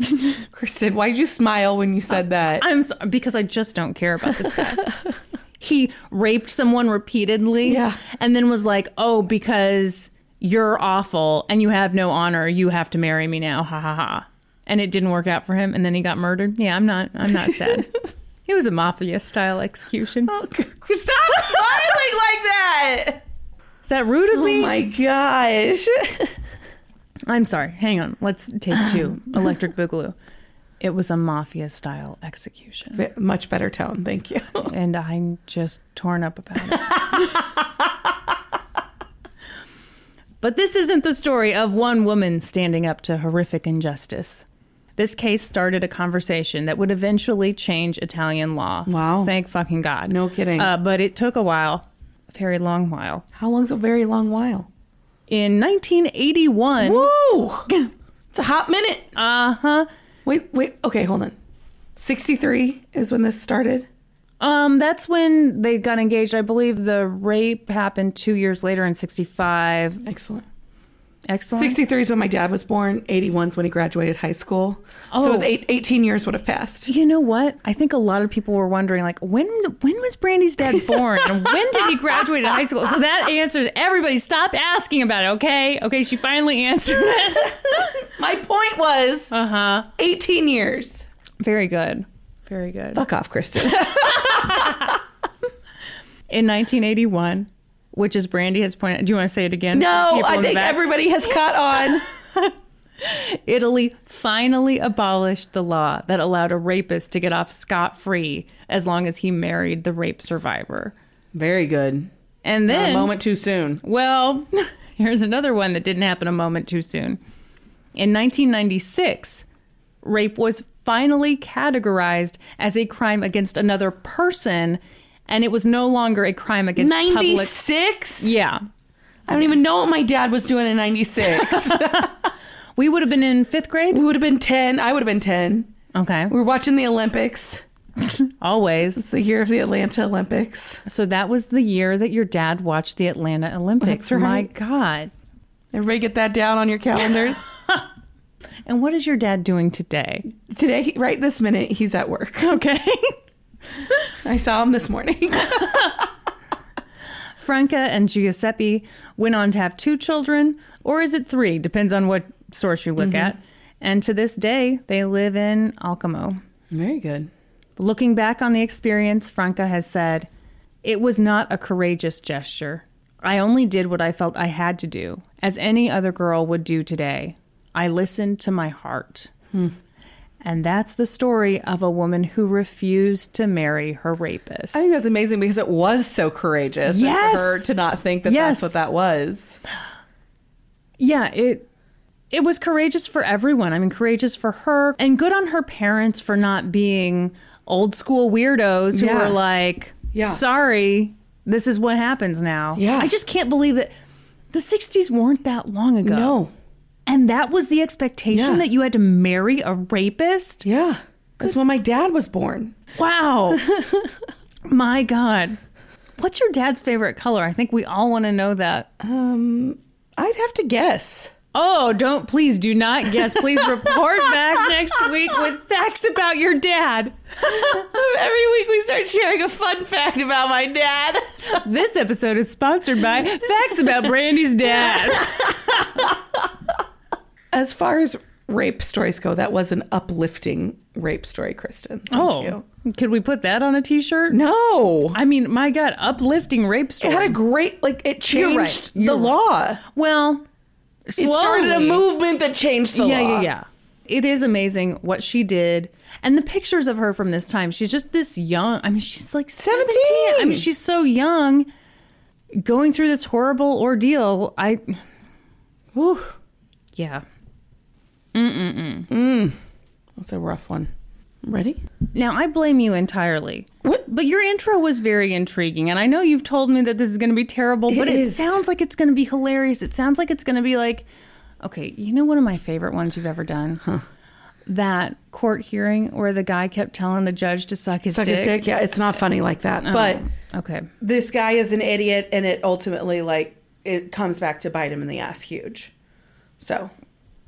Speaker 3: [LAUGHS] Kristen, why did you smile when you said that?
Speaker 1: I'm so, because I just don't care about this guy. [LAUGHS] he raped someone repeatedly
Speaker 3: Yeah.
Speaker 1: and then was like, oh, because you're awful and you have no honor, you have to marry me now. Ha ha ha. And it didn't work out for him and then he got murdered. Yeah, I'm not I'm not
Speaker 3: [LAUGHS]
Speaker 1: sad. it was a mafia style execution.
Speaker 3: Stop smiling like that.
Speaker 1: Is that rude of
Speaker 3: Oh
Speaker 1: me?
Speaker 3: my gosh.
Speaker 1: I'm sorry. Hang on. Let's take
Speaker 3: [SIGHS]
Speaker 1: two. Electric Boogaloo. It was a mafia style execution.
Speaker 3: Much better tone. Thank you.
Speaker 1: And I'm just torn up about it. [LAUGHS] but this isn't the story of one woman standing up to horrific injustice. This case started a conversation that would eventually change Italian law.
Speaker 3: Wow.
Speaker 1: Thank fucking God.
Speaker 3: No kidding.
Speaker 1: Uh, but it took a while, a very long while.
Speaker 3: How long's a very long while?
Speaker 1: In 1981,
Speaker 3: [LAUGHS] Woo! It's a hot minute.
Speaker 1: uh huh.
Speaker 3: Wait, wait. Okay, hold on. 63 is when this started.
Speaker 1: Um, that's when they got engaged. I believe the rape happened two years later in '65.
Speaker 3: Excellent.
Speaker 1: Excellent.
Speaker 3: 63 is when my dad was born. 81 is when he graduated high school. So it was
Speaker 1: Oh.
Speaker 3: eight, 18 years would have passed.
Speaker 1: You know what? I think a lot of people were wondering, like, when when was Brandy's dad born, and when did he graduate in high school? So that answers everybody. Stop asking about it, okay? Okay, she finally answered it.
Speaker 3: [LAUGHS] My point was uh-huh. 18 years.
Speaker 1: Very good. Very good.
Speaker 3: Fuck off, Kristen.
Speaker 1: In 1981, which is Brandy has pointed. Do you want to say it again?
Speaker 3: No,
Speaker 1: People in
Speaker 3: I
Speaker 1: the
Speaker 3: think
Speaker 1: back?
Speaker 3: everybody has caught on.
Speaker 1: Italy finally abolished the law that allowed a rapist to get off scot free as long as he married the rape survivor.
Speaker 3: [LAUGHS] Very good.
Speaker 1: And then,
Speaker 3: too soon.
Speaker 1: well, [LAUGHS] here's another one that didn't happen a moment too soon. In 1996, rape was finally categorized as a crime against another person, and it was no longer a crime against public.
Speaker 3: 96?
Speaker 1: Yeah.
Speaker 3: I don't even know what my dad was doing in 96. [LAUGHS]
Speaker 1: We would have been in fifth grade.
Speaker 3: we would have been 10. I would have been 10.
Speaker 1: Okay.
Speaker 3: We were watching the Olympics.
Speaker 1: Always.
Speaker 3: It's the year of the Atlanta Olympics.
Speaker 1: So that was the year that your dad watched the Atlanta Olympics.
Speaker 3: That's right.
Speaker 1: My God.
Speaker 3: Everybody get that down on your [LAUGHS] calendars.
Speaker 1: And what is your dad doing today?
Speaker 3: Today, right this minute, he's at work.
Speaker 1: Okay.
Speaker 3: [LAUGHS] I saw him this morning.
Speaker 1: Franca and Giuseppe went on to have two children, or is it three? Depends on what source you look at. And to this day, they live in Alcamo.
Speaker 3: Very good.
Speaker 1: Looking back on the experience, Franca has said, It was not a courageous gesture. I only did what I felt I had to do, as any other girl would do today. I listened to my heart. And that's the story of a woman who refused to marry her rapist.
Speaker 3: I think that's amazing because it was so courageous
Speaker 1: Yes.
Speaker 3: for her to not think that
Speaker 1: Yes.
Speaker 3: that's what that was.
Speaker 1: yeah, it it was courageous for everyone. I mean, courageous for her and good on her parents for not being old school weirdos who
Speaker 3: Yeah.
Speaker 1: were like,
Speaker 3: Yeah.
Speaker 1: "Sorry, this is what happens now."
Speaker 3: Yeah.
Speaker 1: I just can't believe that the 60s weren't that long ago.
Speaker 3: No.
Speaker 1: And that was the expectation
Speaker 3: Yeah.
Speaker 1: that you had to marry a rapist?
Speaker 3: Yeah. That's when my dad was born. [LAUGHS]
Speaker 1: Wow. My god. What's your dad's favorite color? I think we all want to know that.
Speaker 3: Um, I'd have to guess.
Speaker 1: Oh, don't please do not guess. Please
Speaker 3: [LAUGHS]
Speaker 1: report back next week with facts about your dad.
Speaker 3: Every week we start sharing a fun fact about my dad.
Speaker 1: This episode is sponsored by Facts About Brandy's
Speaker 3: [LAUGHS]
Speaker 1: Dad.
Speaker 3: As far as rape stories go, that was an uplifting rape story, Kristen. Thank
Speaker 1: Oh.
Speaker 3: you.
Speaker 1: could we put that on a t shirt?
Speaker 3: No.
Speaker 1: I mean, my God, uplifting rape
Speaker 3: It
Speaker 1: story.
Speaker 3: had a great, like, it changed
Speaker 1: You're right.
Speaker 3: the
Speaker 1: You're right.
Speaker 3: law.
Speaker 1: well, slowly.
Speaker 3: It started a movement that changed the
Speaker 1: yeah,
Speaker 3: law.
Speaker 1: yeah, yeah. It is amazing what she did. And the pictures of her from this time, she's just this young. I mean, she's like 17.
Speaker 3: 17.
Speaker 1: I mean, she's so young going through this horrible ordeal. I,
Speaker 3: Whew.
Speaker 1: yeah.
Speaker 3: That's a rough one. Ready?
Speaker 1: Now, I blame you entirely.
Speaker 3: What?
Speaker 1: But your intro was very intriguing. And I know you've told me that this is going to be terrible, but it
Speaker 3: is.
Speaker 1: sounds like it's going to be hilarious. It sounds like it's going to be like, okay, you know, one of my favorite ones you've ever done? That court hearing where the guy kept telling the judge to suck his
Speaker 3: Suck
Speaker 1: dick. Oh,
Speaker 3: a stick. Yeah, it's not funny like that. But
Speaker 1: Okay.
Speaker 3: this guy is an idiot, and it ultimately, like, it comes back to bite him in the ass huge. So,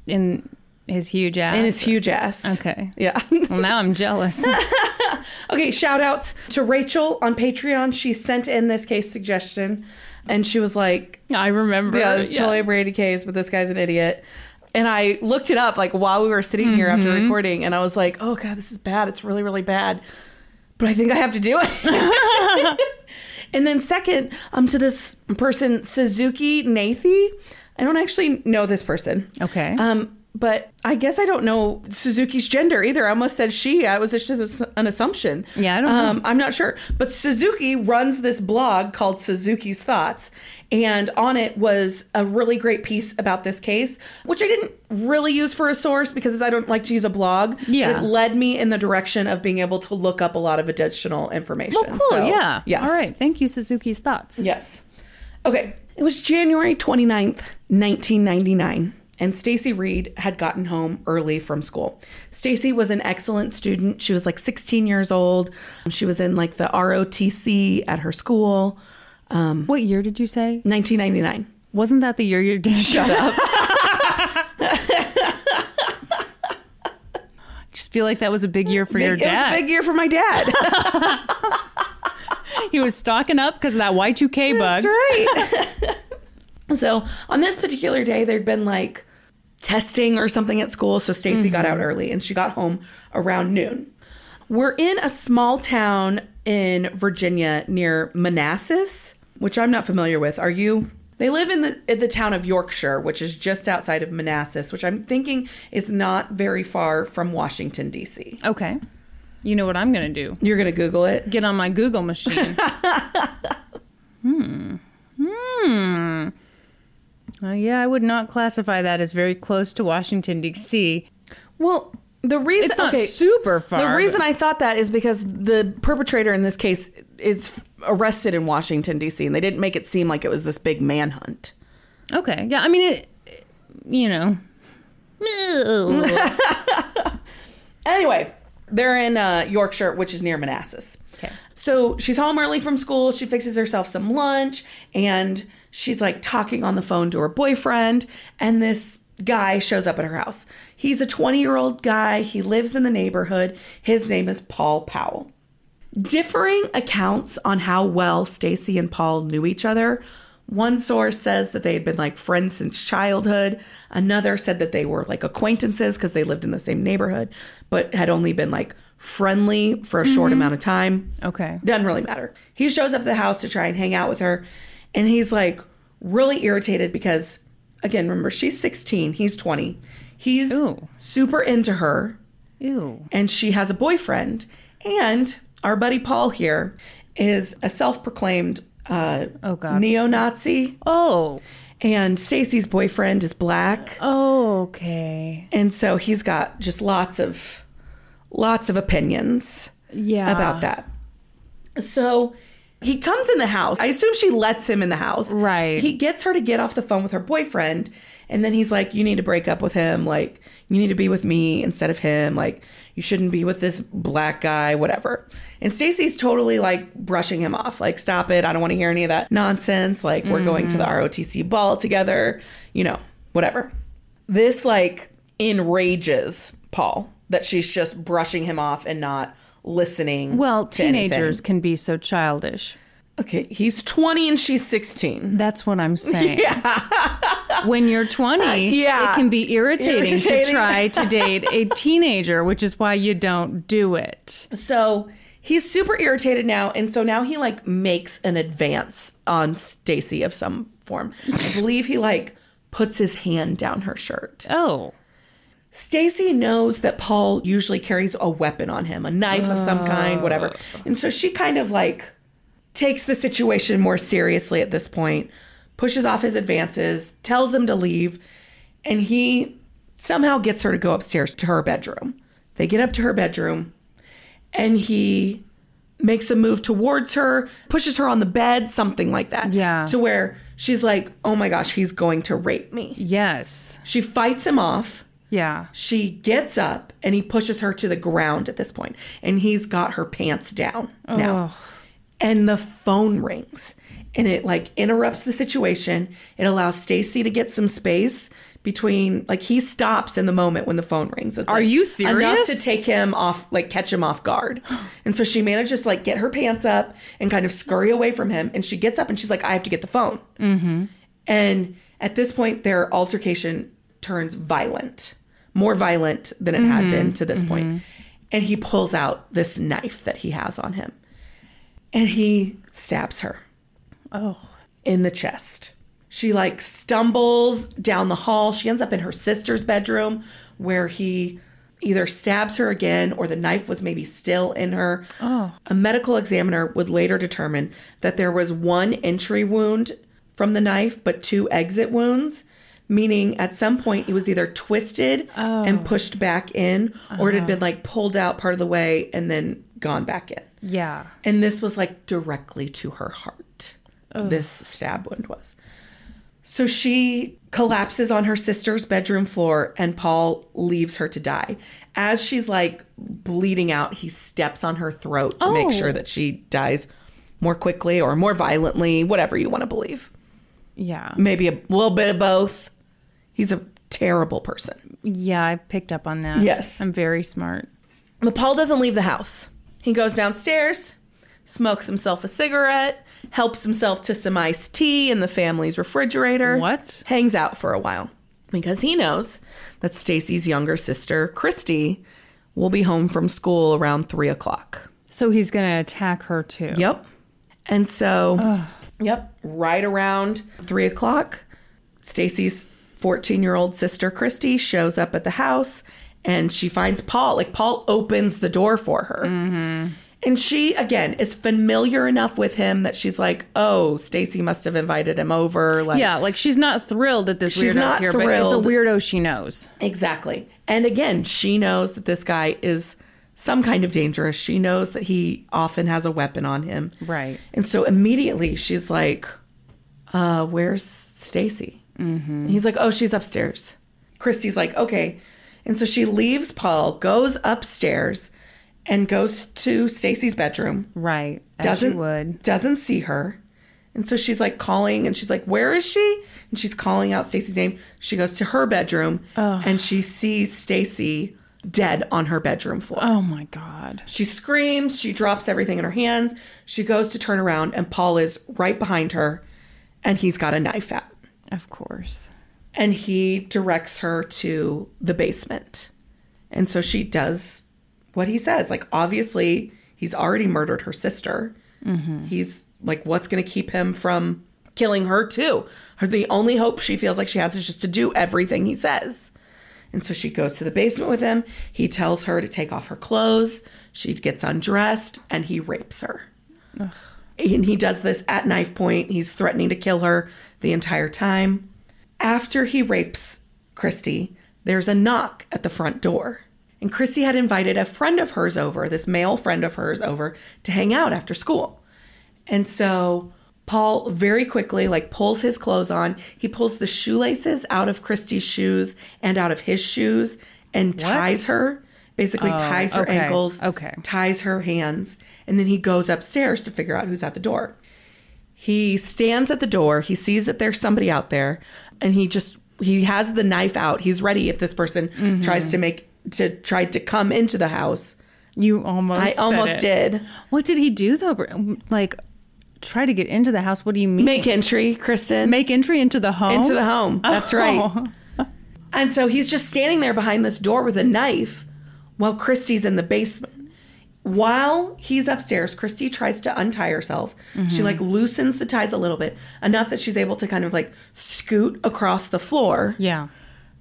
Speaker 1: In his huge ass.
Speaker 3: in his huge ass.
Speaker 1: Okay.
Speaker 3: Yeah. [LAUGHS]
Speaker 1: Well, now I'm jealous. [LAUGHS]
Speaker 3: Okay, shout outs to Rachel on Patreon. She sent in this case suggestion and she was like,
Speaker 1: I remember.
Speaker 3: Yeah, it's totally a Brady case, but this guy's an idiot. And I looked it up like while we were sitting here after
Speaker 1: Mm-hmm.
Speaker 3: recording and I was like, Oh god, this is bad. It's really, really bad. But I think I have to do
Speaker 1: [LAUGHS]
Speaker 3: it. and then second, um to this person, Suzuki Nathy. I don't actually know this person.
Speaker 1: Okay.
Speaker 3: Um, but I guess I don't know Suzuki's gender either. I almost said she. I was it's just an assumption.
Speaker 1: Yeah, I don't know.
Speaker 3: Um, I'm not sure. But Suzuki runs this blog called Suzuki's Thoughts, and on it was a really great piece about this case, which I didn't really use for a source because I don't like to use a blog. but
Speaker 1: Yeah.
Speaker 3: it led me in the direction of being able to look up a lot of additional information.
Speaker 1: Well, Oh, cool.
Speaker 3: So,
Speaker 1: yeah.
Speaker 3: Yes.
Speaker 1: All right. Thank you, Suzuki's thoughts.
Speaker 3: Yes. Okay. It was January 29th, 1999, and Stacy Reed had gotten home early from school. Stacy was an excellent student. She was like 16 years old. She was in like the ROTC at her school,
Speaker 1: What year did you say?
Speaker 3: 1999.
Speaker 1: Wasn't that the year your dad? [LAUGHS] Shut up. Just feel like that was a big year for your
Speaker 3: Big- it was
Speaker 1: dad.
Speaker 3: a big year for my dad. [LAUGHS]
Speaker 1: He was stocking up because of that Y2K bug.
Speaker 3: That's right. [LAUGHS] so on this particular day, there'd been like testing or something at school. So Stacy got out early and she got home around noon. We're in a small town in Virginia near Manassas, which I'm not familiar with. Are you? They live in the in the town of Yorkshire, which is just outside of Manassas, which I'm thinking is not very far from Washington D.C.
Speaker 1: Okay. You know what I'm going to do?
Speaker 3: You're gonna Google it.
Speaker 1: Get on my Google
Speaker 3: [LAUGHS]
Speaker 1: machine. hmm. Hmm. Uh, yeah, I would not classify that as very close to Washington, D.C.
Speaker 3: Well, the reason
Speaker 1: It's not
Speaker 3: okay,
Speaker 1: super far,
Speaker 3: The reason
Speaker 1: but-
Speaker 3: I thought that is because the perpetrator in this case is arrested in Washington D.C. and they didn't make it seem like it was this big manhunt.
Speaker 1: Okay. Yeah, I mean, it,
Speaker 3: [LAUGHS]
Speaker 1: you know. Ew.
Speaker 3: Anyway, They're in uh, Yorkshire, which is near Manassas.
Speaker 1: Okay.
Speaker 3: So she's home early from school. She fixes herself some lunch and she's like talking on the phone to her boyfriend. And this guy shows up at her house. He's a 20 year old guy. He lives in the neighborhood. His name is Paul Powell. Differing accounts on how well Stacy and Paul knew each other. One source says that they had been like friends since childhood. Another said that they were like acquaintances because they lived in the same neighborhood, but had only been like friendly for a short amount of time.
Speaker 1: Mm-hmm. Okay.
Speaker 3: Doesn't really matter. He shows up at the house to try and hang out with her, and he's like really irritated because, again, remember, she's 16, he's 20. He's
Speaker 1: Ooh.
Speaker 3: super into her
Speaker 1: Ew.
Speaker 3: and she has a boyfriend. And our buddy Paul here is a self-proclaimed uh,
Speaker 1: Oh, God.
Speaker 3: neo-Nazi,
Speaker 1: Oh.
Speaker 3: and Stacy's boyfriend is black,
Speaker 1: Okay.
Speaker 3: and so he's got just lots of lots of opinions
Speaker 1: Yeah.
Speaker 3: about that. So he comes in the house. I assume she lets him in the house.
Speaker 1: Right.
Speaker 3: He gets her to get off the phone with her boyfriend. And then he's like, You need to break up with him. Like, you need to be with me instead of him. Like, you shouldn't be with this black guy, whatever. And Stacy's totally like brushing him off. Like, stop it. I don't want to hear any of that nonsense. Like, we're going to the
Speaker 1: Mm-hmm.
Speaker 3: ROTC ball together, you know, whatever. This like enrages Paul that she's just brushing him off and not listening.
Speaker 1: Well,
Speaker 3: to anything.
Speaker 1: teenagers can be so childish.
Speaker 3: Okay, he's 20 and she's 16.
Speaker 1: That's what
Speaker 3: [LAUGHS]
Speaker 1: I'm saying. when you're 20,
Speaker 3: yeah.
Speaker 1: it can be irritating, to
Speaker 3: Irritating.
Speaker 1: try
Speaker 3: [LAUGHS]
Speaker 1: to date a teenager, which is why you don't do it.
Speaker 3: So he's super irritated now, and so now he like makes an advance on Stacy of some form. I believe he like puts his hand down her shirt.
Speaker 1: Oh.
Speaker 3: Stacy knows that Paul usually carries a weapon on him, a knife of some kind, whatever. And so she kind of like takes the situation more seriously at this point, pushes off his advances, tells him to leave, and he somehow gets her to go upstairs to her bedroom. They get up to her bedroom, and he makes a move towards her, pushes her on the bed, something like that.
Speaker 1: Yeah.
Speaker 3: To where she's like, oh my gosh, he's going to rape me.
Speaker 1: Yes.
Speaker 3: She fights him off.
Speaker 1: Yeah.
Speaker 3: She gets up and he pushes her to the ground at this point, and he's got her pants down now. And the phone rings, and it like interrupts the situation. It allows Stacy to get some space between. Like he stops in the moment when the phone rings. It's,
Speaker 1: Are
Speaker 3: like,
Speaker 1: you
Speaker 3: Enough to
Speaker 1: serious?
Speaker 3: take him off, like catch him
Speaker 1: [GASPS]
Speaker 3: off guard. And so she manages to like get her pants up and kind of scurry away from him. And she gets up and she's like, "I have to get the phone." And at this point, their altercation turns violent, more violent than it had been to this point. And he pulls out this knife that he has on him and he stabs her. In the chest. She like stumbles down the hall. She ends up in her sister's bedroom where he either stabs her again or the knife was maybe still in her. A medical examiner would later determine that there was one entry wound from the knife but two exit wounds. Meaning, at some point, it was either twisted and pushed back in, or it had been like pulled out part of the way and then gone back in.
Speaker 1: Yeah.
Speaker 3: And this was like directly to her heart. This stab wound was. So she collapses on her sister's bedroom floor and Paul leaves her to die. As she's like bleeding out, he steps on her throat to make sure that she dies more quickly or more violently, whatever you want to believe.
Speaker 1: Yeah.
Speaker 3: Maybe a little bit of both. He's a terrible person.
Speaker 1: Yeah, I picked up on that.
Speaker 3: Yes.
Speaker 1: I'm very smart.
Speaker 3: But Paul doesn't leave the house. He goes downstairs, smokes himself a cigarette, helps himself to some iced tea in the family's refrigerator.
Speaker 1: What?
Speaker 3: Hangs out for a while because he knows that Stacy's younger sister, Christy, will be home from school around three o'clock.
Speaker 1: So he's going to attack her too.
Speaker 3: Yep. And so, yep, right around three o'clock, Stacy's 14 year old sister Christy shows up at the house and she finds Paul. Like, Paul opens the door for her. And she, again, is familiar enough with him that she's like, oh, Stacy must have invited him over. Like,
Speaker 1: Yeah, like she's not thrilled at this
Speaker 3: She's
Speaker 1: weirdo's
Speaker 3: not
Speaker 1: here, but it's a
Speaker 3: thrilled.
Speaker 1: weirdo she knows.
Speaker 3: Exactly. And again, she knows that this guy is some kind of dangerous. She knows that he often has a weapon on him.
Speaker 1: Right.
Speaker 3: And so immediately she's like, uh, where's Stacy? Mm-hmm. He's like, oh, she's upstairs. Christy's like, okay. And so she leaves Paul, goes upstairs, and goes to Stacy's bedroom.
Speaker 1: Right. As
Speaker 3: Doesn't
Speaker 1: you would.
Speaker 3: doesn't see her. And so she's like calling and she's like, Where is she? And she's calling out Stacy's name. She goes to her bedroom and she sees Stacy dead on her bedroom floor.
Speaker 1: Oh my God.
Speaker 3: She screams, she drops everything in her hands. She goes to turn around, and Paul is right behind her, and he's got a knife out.
Speaker 1: Of course.
Speaker 3: And he directs her to the basement. And so she does what he says. Like, obviously, he's already murdered her sister. He's like, what's going to keep him from killing her, too? Her, the only hope she feels like she has is just to do everything he says. And so she goes to the basement with him. He tells her to take off her clothes. She gets undressed and he rapes her. And he does this at knife point. He's threatening to kill her the entire time. After he rapes Christy, there's a knock at the front door. And Christy had invited a friend of hers over, this male friend of hers over, to hang out after school. And so Paul very quickly like pulls his clothes on. He pulls the shoelaces out of Christy's shoes and out of his shoes and ties her. Basically ties her
Speaker 1: okay.
Speaker 3: ankles,
Speaker 1: Okay.
Speaker 3: ties her hands, and then he goes upstairs to figure out who's at the door. He stands at the door, he sees that there's somebody out there, and he just he has the knife out. He's ready if this person
Speaker 1: Mm-hmm.
Speaker 3: tries to make to try to come into the house.
Speaker 1: You almost.
Speaker 3: I
Speaker 1: said
Speaker 3: almost
Speaker 1: it.
Speaker 3: did.
Speaker 1: What did he do though? Br- um, Like, try to get into the house. What do you mean?
Speaker 3: Make entry, Kristen.
Speaker 1: Make entry into the home.
Speaker 3: into the home. That's right.
Speaker 1: Oh.
Speaker 3: [LAUGHS] And so he's just standing there behind this door with a knife while Christy's in the basement. While he's upstairs, Christy tries to untie herself.
Speaker 1: Mm-hmm.
Speaker 3: She like loosens the ties a little bit, enough that she's able to kind of like scoot across the floor.
Speaker 1: Yeah.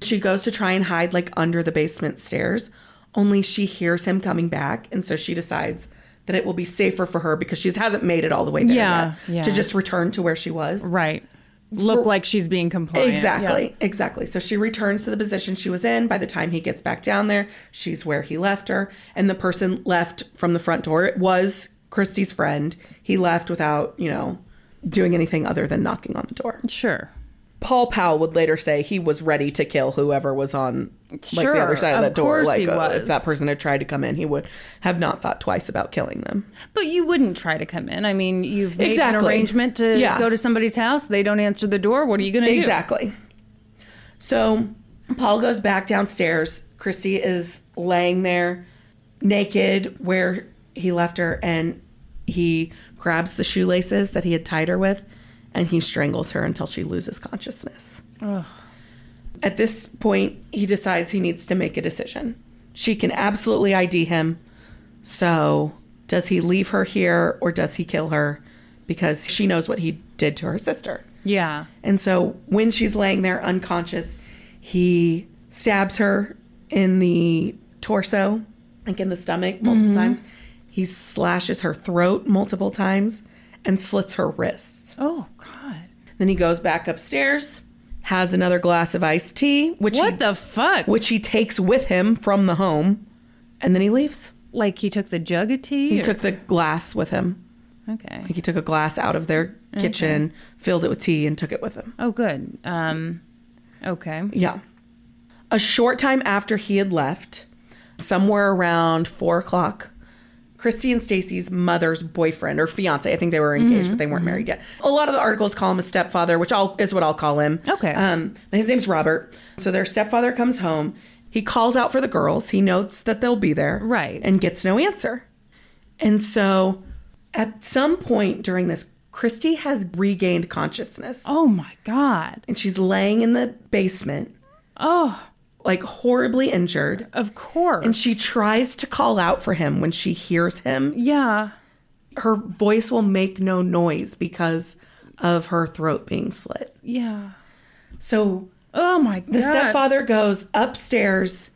Speaker 3: She goes to try and hide like under the basement stairs, only she hears him coming back. And so she decides that it will be safer for her because she hasn't made it all the way there
Speaker 1: Yeah,
Speaker 3: yet
Speaker 1: yeah.
Speaker 3: to just return to where she was.
Speaker 1: Right. Look like she's being compliant.
Speaker 3: Exactly, exactly. So she returns to the position she was in. By the time he gets back down there, she's where he left her. And the person left from the front door it was Christie's friend. He left without, you know, doing anything other than knocking on the door.
Speaker 1: Yeah. Sure.
Speaker 3: Paul Powell would later say he was ready to kill whoever was on like the other
Speaker 1: Sure,
Speaker 3: side of
Speaker 1: of
Speaker 3: that door.
Speaker 1: course
Speaker 3: Like
Speaker 1: he
Speaker 3: uh,
Speaker 1: was.
Speaker 3: if that person had tried to come in, he would have not thought twice about killing them.
Speaker 1: But you wouldn't try to come in. I mean, you've made an
Speaker 3: Exactly.
Speaker 1: arrangement to
Speaker 3: Yeah.
Speaker 1: go to somebody's house. They don't answer the door. What are you going to
Speaker 3: Exactly. So Paul goes back downstairs. Christy is laying there naked where he left her, and he grabs the shoelaces that he had tied her with and he strangles her until she loses consciousness. At this point, he decides he needs to make a decision. She can absolutely ID him. So, does he leave her here or does he kill her? Because she knows what he did to her sister.
Speaker 1: do? Yeah.
Speaker 3: And so when she's laying there unconscious, he stabs her in the torso, like in the stomach, multiple
Speaker 1: Mm-hmm.
Speaker 3: times. He slashes her throat multiple times and slits her wrists.
Speaker 1: Oh, God.
Speaker 3: Then he goes back upstairs, has another glass of iced tea, which he,
Speaker 1: What the fuck?
Speaker 3: which he takes with him from the home, and then he leaves.
Speaker 1: like he took the jug of tea?
Speaker 3: He
Speaker 1: or-
Speaker 3: took the glass with him.
Speaker 1: Okay.
Speaker 3: Like he took a glass out of their kitchen, filled it with tea, and took it with him.
Speaker 1: Oh, good. Um, okay.
Speaker 3: Yeah. A short time after he had left, somewhere around four o'clock, Christy and Stacy's mother's boyfriend or fiance, I think they were engaged,
Speaker 1: Mm-hmm.
Speaker 3: but they weren't married yet. A lot of the articles call him a stepfather, which I'll, is what I'll call him.
Speaker 1: Okay.
Speaker 3: Um, his name's Robert. So their stepfather comes home. He calls out for the girls. He notes that they'll be there.
Speaker 1: Right.
Speaker 3: And gets no answer. And so at some point during this, Christy has regained consciousness
Speaker 1: Oh, my God.
Speaker 3: and she's laying in the basement.
Speaker 1: Oh,
Speaker 3: like horribly injured.
Speaker 1: of course.
Speaker 3: And she tries to call out for him when she hears him.
Speaker 1: Yeah.
Speaker 3: Her voice will make no noise because of her throat being slit.
Speaker 1: Yeah.
Speaker 3: So
Speaker 1: Oh, my God.
Speaker 3: the stepfather goes upstairs,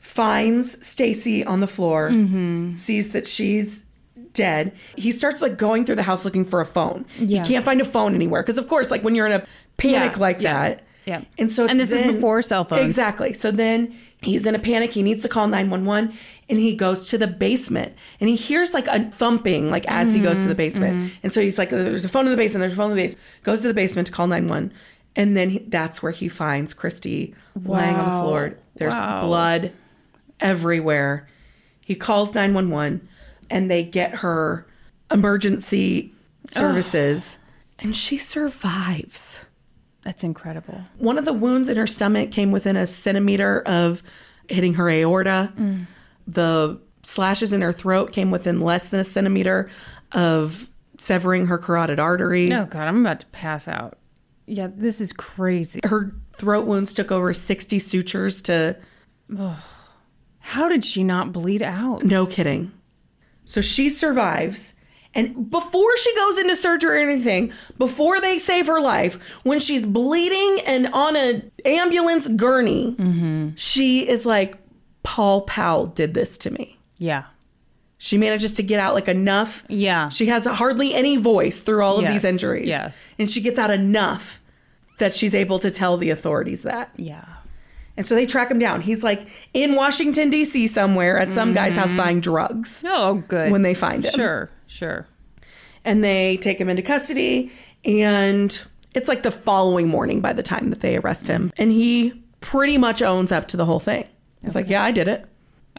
Speaker 3: finds Stacy on the floor,
Speaker 1: Mm-hmm.
Speaker 3: sees that she's dead. He starts like going through the house looking for a phone.
Speaker 1: Yeah.
Speaker 3: He can't find a phone anywhere because, of course, like when you're in a panic
Speaker 1: Yeah,
Speaker 3: like
Speaker 1: yeah,
Speaker 3: that.
Speaker 1: yeah.
Speaker 3: And so, it's
Speaker 1: And this is
Speaker 3: then-
Speaker 1: before cell phones.
Speaker 3: Exactly. So then he's in a panic. He needs to call nine one one, and he goes to the basement, and he hears like a thumping, like as he goes to
Speaker 1: Mm-hmm.
Speaker 3: the basement. And so he's like, "There's a phone in the basement. There's a phone in the basement." Goes to the basement to call nine one, and then he, that's where he finds Christy laying on the floor. There's blood everywhere. He calls 911 and they get her emergency services and she survives.
Speaker 1: That's incredible.
Speaker 3: One of the wounds in her stomach came within a centimeter of hitting her aorta. The slashes in her throat came within less than a centimeter of severing her carotid artery.
Speaker 1: Oh God, I'm about to pass out. Yeah, this is crazy.
Speaker 3: Her throat wounds took over 60 sutures to
Speaker 1: How did she not bleed out?
Speaker 3: No kidding. So she survives. And before she goes into surgery or anything, before they save her life, when she's bleeding and on an ambulance gurney, she is like, Paul Powell did this to me.
Speaker 1: Yeah.
Speaker 3: She manages to get out like enough.
Speaker 1: Yeah.
Speaker 3: She has hardly any voice through all of
Speaker 1: Yes,
Speaker 3: these injuries.
Speaker 1: yes.
Speaker 3: And she gets out enough that she's able to tell the authorities that.
Speaker 1: Yeah.
Speaker 3: And so they track him down. He's like in Washington, D.C., somewhere at some guy's house buying drugs.
Speaker 1: Mm-hmm. Oh, good.
Speaker 3: When they find him.
Speaker 1: Sure. Sure.
Speaker 3: and they take him into custody and it's like the following morning by the time that they arrest him and he pretty much owns up to the whole thing he's like yeah i did it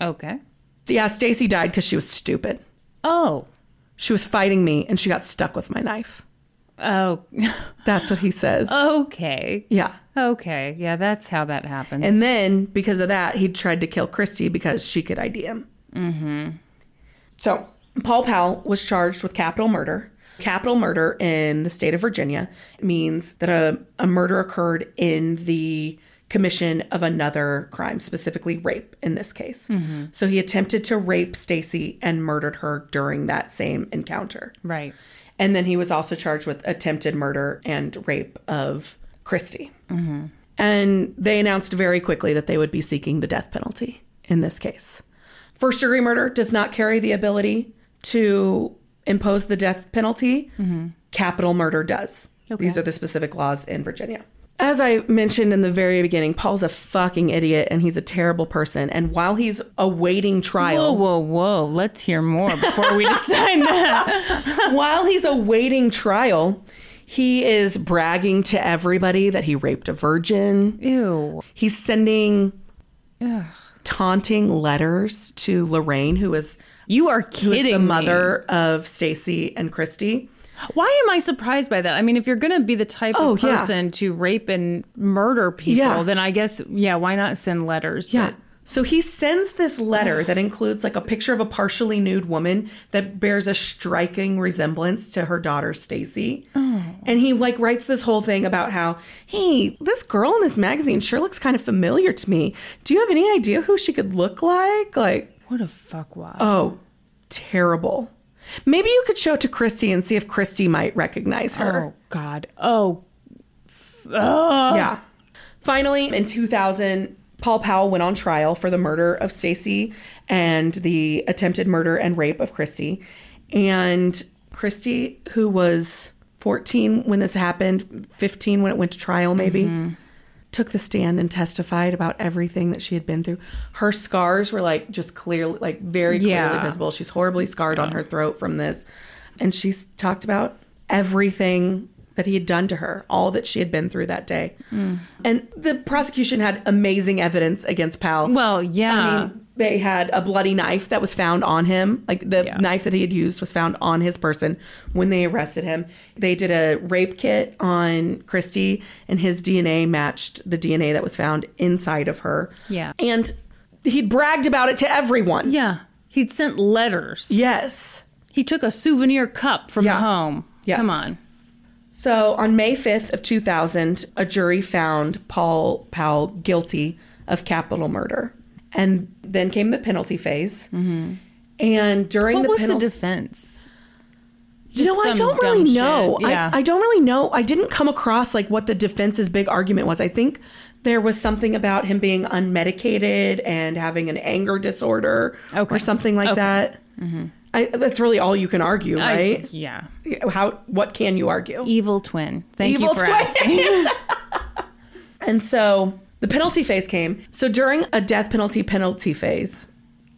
Speaker 1: Okay.
Speaker 3: yeah stacy died because she was stupid
Speaker 1: Oh.
Speaker 3: she was fighting me and she got stuck with my knife
Speaker 1: Oh. [LAUGHS]
Speaker 3: that's what he says
Speaker 1: okay.
Speaker 3: yeah
Speaker 1: Okay. Yeah, that's how that happens.
Speaker 3: and then because of that he tried to kill christy because she could id him mm-hmm. so paul powell was charged with capital murder capital murder in the state of virginia means that a, a murder occurred in the commission of another crime specifically rape in this case so he attempted to rape stacy and murdered her during that same encounter
Speaker 1: right.
Speaker 3: and then he was also charged with attempted murder and rape of Christie. And they announced very quickly that they would be seeking the death penalty in this case. First degree murder does not carry the ability to impose the death penalty, capital murder does. These are the specific laws in Virginia. As I mentioned in the very beginning, Paul's a fucking idiot and he's a terrible person. And while he's awaiting trial,
Speaker 1: Whoa, whoa, whoa. Let's hear more before
Speaker 3: [LAUGHS]
Speaker 1: we decide that.
Speaker 3: While he's awaiting trial, he is bragging to everybody that he raped a virgin.
Speaker 1: Ew.
Speaker 3: He's sending
Speaker 1: Ugh.
Speaker 3: taunting letters to Lorraine, who is,
Speaker 1: You are
Speaker 3: who is
Speaker 1: kidding
Speaker 3: the
Speaker 1: me.
Speaker 3: mother of Stacy and Christy.
Speaker 1: Why am I surprised by that? I mean, if you're going to be the type
Speaker 3: Oh,
Speaker 1: of
Speaker 3: yeah.
Speaker 1: person to rape and murder people,
Speaker 3: Yeah.
Speaker 1: then I guess, yeah, why not send letters? But-
Speaker 3: Yeah. So he sends this letter that includes like a picture of a partially nude woman that bears a striking resemblance to her daughter Stacy. And he like writes this whole thing about how, "Hey, this girl in this magazine sure looks kind of familiar to me. Do you have any idea who she could look like?" Like,
Speaker 1: What a fuck, why?
Speaker 3: "Oh, terrible." Maybe you could show it to Christy and see if Christy might recognize her.
Speaker 1: oh, God. Oh. F- ugh.
Speaker 3: Yeah. Uh, Finally, in 2000, Paul Powell went on trial for the murder of Stacy and the attempted murder and rape of Christy. And Christy, who was 14 when this happened, 15 when it went to trial, maybe. Took the stand and testified about everything that she had been through. Her scars were like just clearly, like very clearly
Speaker 1: Yeah.
Speaker 3: visible. She's horribly scarred on her throat from this. And she's talked about everything that he had done to her, all that she had been through that day.
Speaker 1: Hmm.
Speaker 3: And the prosecution had amazing evidence against Powell.
Speaker 1: Well, yeah.
Speaker 3: I mean, they had a bloody knife that was found on him. Like the
Speaker 1: Yeah.
Speaker 3: knife that he had used was found on his person when they arrested him. They did a rape kit on Christy, and his DNA matched the DNA that was found inside of her.
Speaker 1: Yeah.
Speaker 3: And he bragged about it to everyone.
Speaker 1: yeah. He'd sent letters.
Speaker 3: Yes.
Speaker 1: He took a souvenir cup from
Speaker 3: Yeah.
Speaker 1: home.
Speaker 3: Yes.
Speaker 1: Come on.
Speaker 3: So on May 5th of 2000, a jury found Paul Powell guilty of capital murder. And then came the penalty phase. And during
Speaker 1: Mm-hmm. What
Speaker 3: the
Speaker 1: was
Speaker 3: penalty
Speaker 1: the defense?
Speaker 3: You know,
Speaker 1: Just
Speaker 3: I
Speaker 1: some
Speaker 3: don't
Speaker 1: dumb
Speaker 3: really
Speaker 1: shit.
Speaker 3: know.
Speaker 1: Yeah.
Speaker 3: I, I don't really know. I didn't come across like what the defense's big argument was. I think there was something about him being unmedicated and having an anger disorder
Speaker 1: Okay.
Speaker 3: or something like
Speaker 1: Okay. Mm-hmm.
Speaker 3: that. I, that's really all you can argue,
Speaker 1: I-
Speaker 3: right?
Speaker 1: yeah.
Speaker 3: How? What can you argue?
Speaker 1: Evil twin. Thank you
Speaker 3: Evil
Speaker 1: for
Speaker 3: twin. [LAUGHS]
Speaker 1: asking. [LAUGHS]
Speaker 3: And so the penalty phase came. So during a death penalty penalty phase,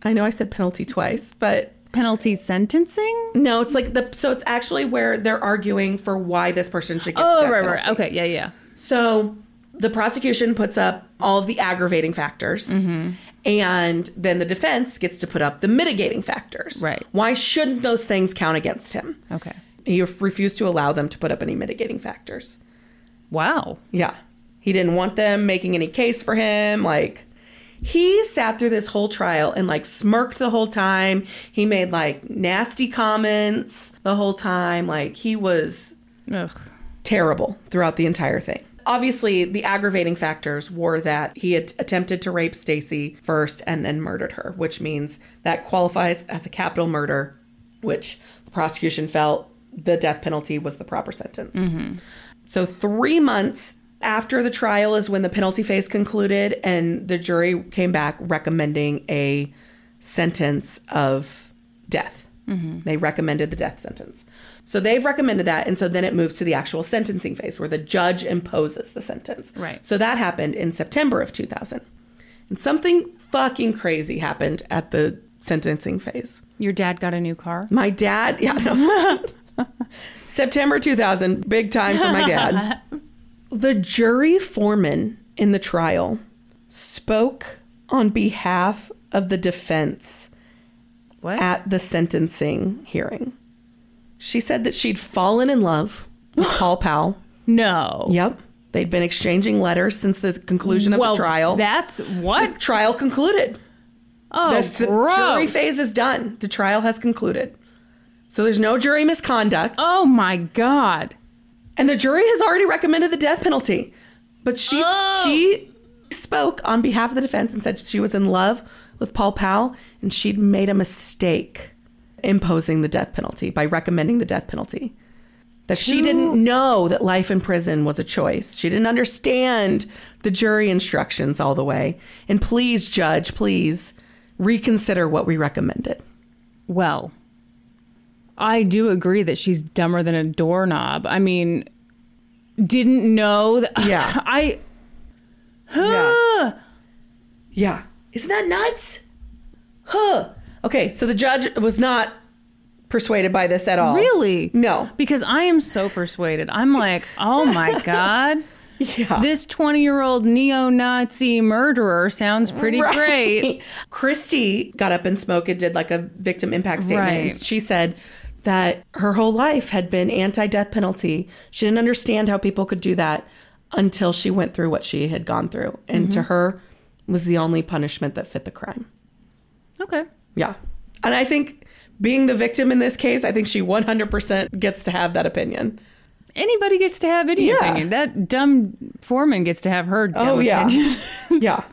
Speaker 3: I know I said penalty twice, but
Speaker 1: Penalty sentencing?
Speaker 3: no, it's like the so it's actually where they're arguing for why this person should get.
Speaker 1: Oh,
Speaker 3: death
Speaker 1: right,
Speaker 3: penalty.
Speaker 1: right. Okay, yeah, yeah. Mm-hmm.
Speaker 3: So the prosecution puts up all of the aggravating factors. And then the defense gets to put up the mitigating factors.
Speaker 1: Right.
Speaker 3: Why shouldn't those things count against him?
Speaker 1: Okay.
Speaker 3: He refused to allow them to put up any mitigating factors.
Speaker 1: Wow.
Speaker 3: Yeah. He didn't want them making any case for him. Like, he sat through this whole trial and, like, smirked the whole time. He made, like, nasty comments the whole time. Like, he was
Speaker 1: Ugh.
Speaker 3: terrible throughout the entire thing. Obviously, the aggravating factors were that he had attempted to rape Stacy first and then murdered her, which means that qualifies as a capital murder, which the prosecution felt the death penalty was the proper sentence. So, three months after the trial is when the penalty phase concluded, and the jury came back recommending a sentence of death. They recommended the death sentence. So, they've recommended that. And so then it moves to the actual sentencing phase where the judge imposes the sentence.
Speaker 1: Right.
Speaker 3: So, that happened in September of 2000. And something fucking crazy happened at the sentencing phase.
Speaker 1: Your dad got a new car?
Speaker 3: My dad, yeah, no.
Speaker 1: [LAUGHS]
Speaker 3: September 2000, big time for
Speaker 1: [LAUGHS]
Speaker 3: my dad. the jury foreman in the trial spoke on behalf of the defense
Speaker 1: What?
Speaker 3: at the sentencing hearing. She said that she'd fallen in love
Speaker 1: [GASPS]
Speaker 3: with Paul Powell.
Speaker 1: no.
Speaker 3: Yep. They'd been exchanging letters since the conclusion of
Speaker 1: well,
Speaker 3: the trial.
Speaker 1: That's
Speaker 3: the [LAUGHS]
Speaker 1: what?
Speaker 3: trial concluded.
Speaker 1: Oh,
Speaker 3: That's- the
Speaker 1: gross.
Speaker 3: jury phase is done. The trial has concluded. So there's no jury misconduct.
Speaker 1: Oh my god.
Speaker 3: And the jury has already recommended the death penalty. But she
Speaker 1: Oh.
Speaker 3: she spoke on behalf of the defense and said she was in love with Paul Powell and she'd made a mistake imposing the death penalty by recommending the death penalty. That she didn't know that life in prison was a choice. She didn't understand the jury instructions all the way. And please, judge, please reconsider what we recommended.
Speaker 1: Well, I do agree that she's dumber than a doorknob. I mean, didn't know that.
Speaker 3: Yeah.
Speaker 1: [LAUGHS] I.
Speaker 3: Yeah. Isn't that nuts? Huh. Okay, so the judge was not persuaded by this at all.
Speaker 1: Really?
Speaker 3: No.
Speaker 1: Because I am so persuaded. I'm like, oh
Speaker 3: [LAUGHS]
Speaker 1: my God.
Speaker 3: Yeah.
Speaker 1: This 20 year old neo Nazi murderer sounds pretty
Speaker 3: Right.
Speaker 1: great.
Speaker 3: [LAUGHS] Christy got up in smoke and did like a victim impact statement.
Speaker 1: Right.
Speaker 3: She said that her whole life had been anti death penalty. She didn't understand how people could do that until she went through what she had gone through. And
Speaker 1: Mm-hmm.
Speaker 3: to her was the only punishment that fit the crime.
Speaker 1: Okay.
Speaker 3: Yeah. And I think being the victim in this case, I think she 100% gets to have that opinion.
Speaker 1: Anybody gets to have any
Speaker 3: Yeah.
Speaker 1: opinion. That dumb foreman gets to have her dumb
Speaker 3: Oh, yeah.
Speaker 1: opinion. [LAUGHS]
Speaker 3: yeah.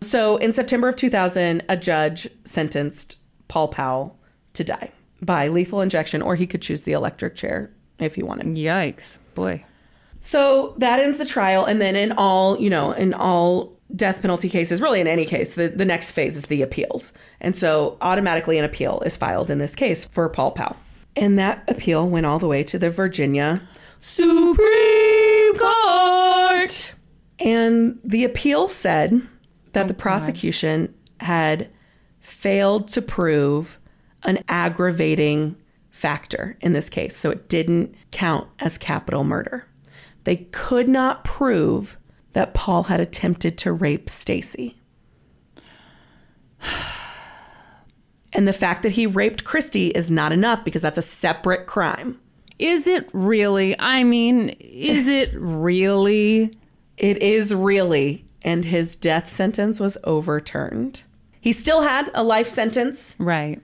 Speaker 3: So in September of 2000, a judge sentenced Paul Powell to die by lethal injection, or he could choose the electric chair if he wanted.
Speaker 1: Yikes. Boy.
Speaker 3: So that ends the trial. And then in all, you know, in all death penalty cases, really in any case, the, the next phase is the appeals. And so automatically an appeal is filed in this case for Paul Powell. And that appeal went all the way to the Virginia Supreme Court. And the appeal said that the prosecution had failed to prove an aggravating factor in this case. So it didn't count as capital murder. They could not prove that Paul had attempted to rape Stacy. [SIGHS] And the fact that he raped Christy is not enough because that's a separate crime.
Speaker 1: Is it really? I mean, is it really?
Speaker 3: It is really. And his death sentence was overturned. He still had a life sentence,
Speaker 1: Right.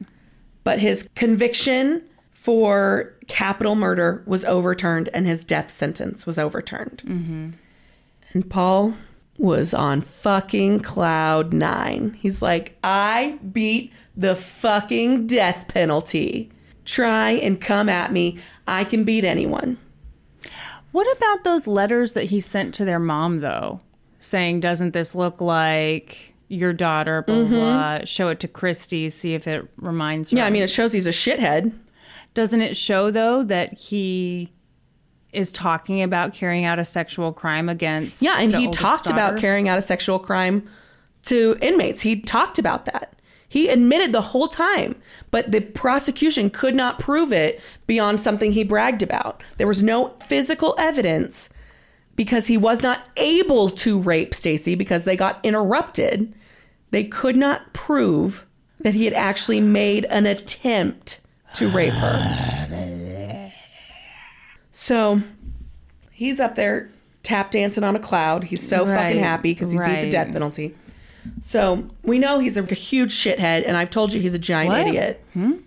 Speaker 3: but his conviction for capital murder was overturned and his death sentence was overturned. Mm-hmm. And Paul was on fucking cloud nine. He's like, I beat the fucking death penalty. Try and come at me. I can beat anyone.
Speaker 1: What about those letters that he sent to their mom, though, saying, Doesn't this look like your daughter? Blah, blah, blah. Show it to Christy, see if it reminds her.
Speaker 3: Mm-hmm. Yeah, I mean, it shows he's a shithead.
Speaker 1: Doesn't it show, though, that he is talking about carrying out a sexual crime against.
Speaker 3: Yeah, and
Speaker 1: the
Speaker 3: he
Speaker 1: oldest
Speaker 3: talked
Speaker 1: daughter?
Speaker 3: about carrying out a sexual crime to inmates. He talked about that. He admitted the whole time, but the prosecution could not prove it beyond something he bragged about. There was no physical evidence because he was not able to rape Stacy because they got interrupted They could not prove that he had actually made an attempt to rape her. So he's up there tap dancing on a cloud. He's so
Speaker 1: Right,
Speaker 3: fucking happy because he beat the
Speaker 1: right.
Speaker 3: death penalty. So we know he's a huge shithead, and I've told you he's a giant
Speaker 1: What? Hmm?
Speaker 3: idiot.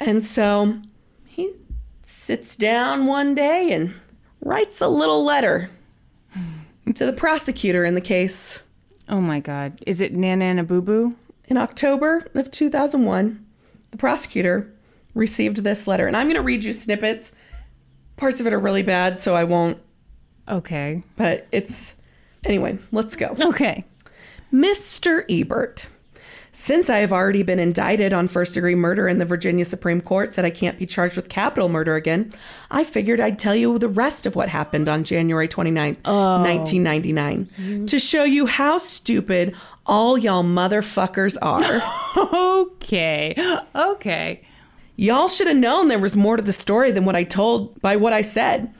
Speaker 3: And so he sits down one day and writes a little letter to the prosecutor in the case.
Speaker 1: Oh my God. Is it Nana and a Boo Boo?
Speaker 3: In October of 2001, the prosecutor received this letter, and I'm going to read you snippets. Parts of it are really bad, so I won't,
Speaker 1: Okay.
Speaker 3: but it's. Anyway, let's go.
Speaker 1: Okay.
Speaker 3: Mr. Ebert, since I have already been indicted on first degree murder and the Virginia Supreme Court said I can't be charged with capital murder again, I figured I'd tell you the rest of what happened on January 29th, 1999, to show you how stupid all y'all motherfuckers are.
Speaker 1: Okay. Okay.
Speaker 3: Y'all should have known there was more to the story than what I told by what I said.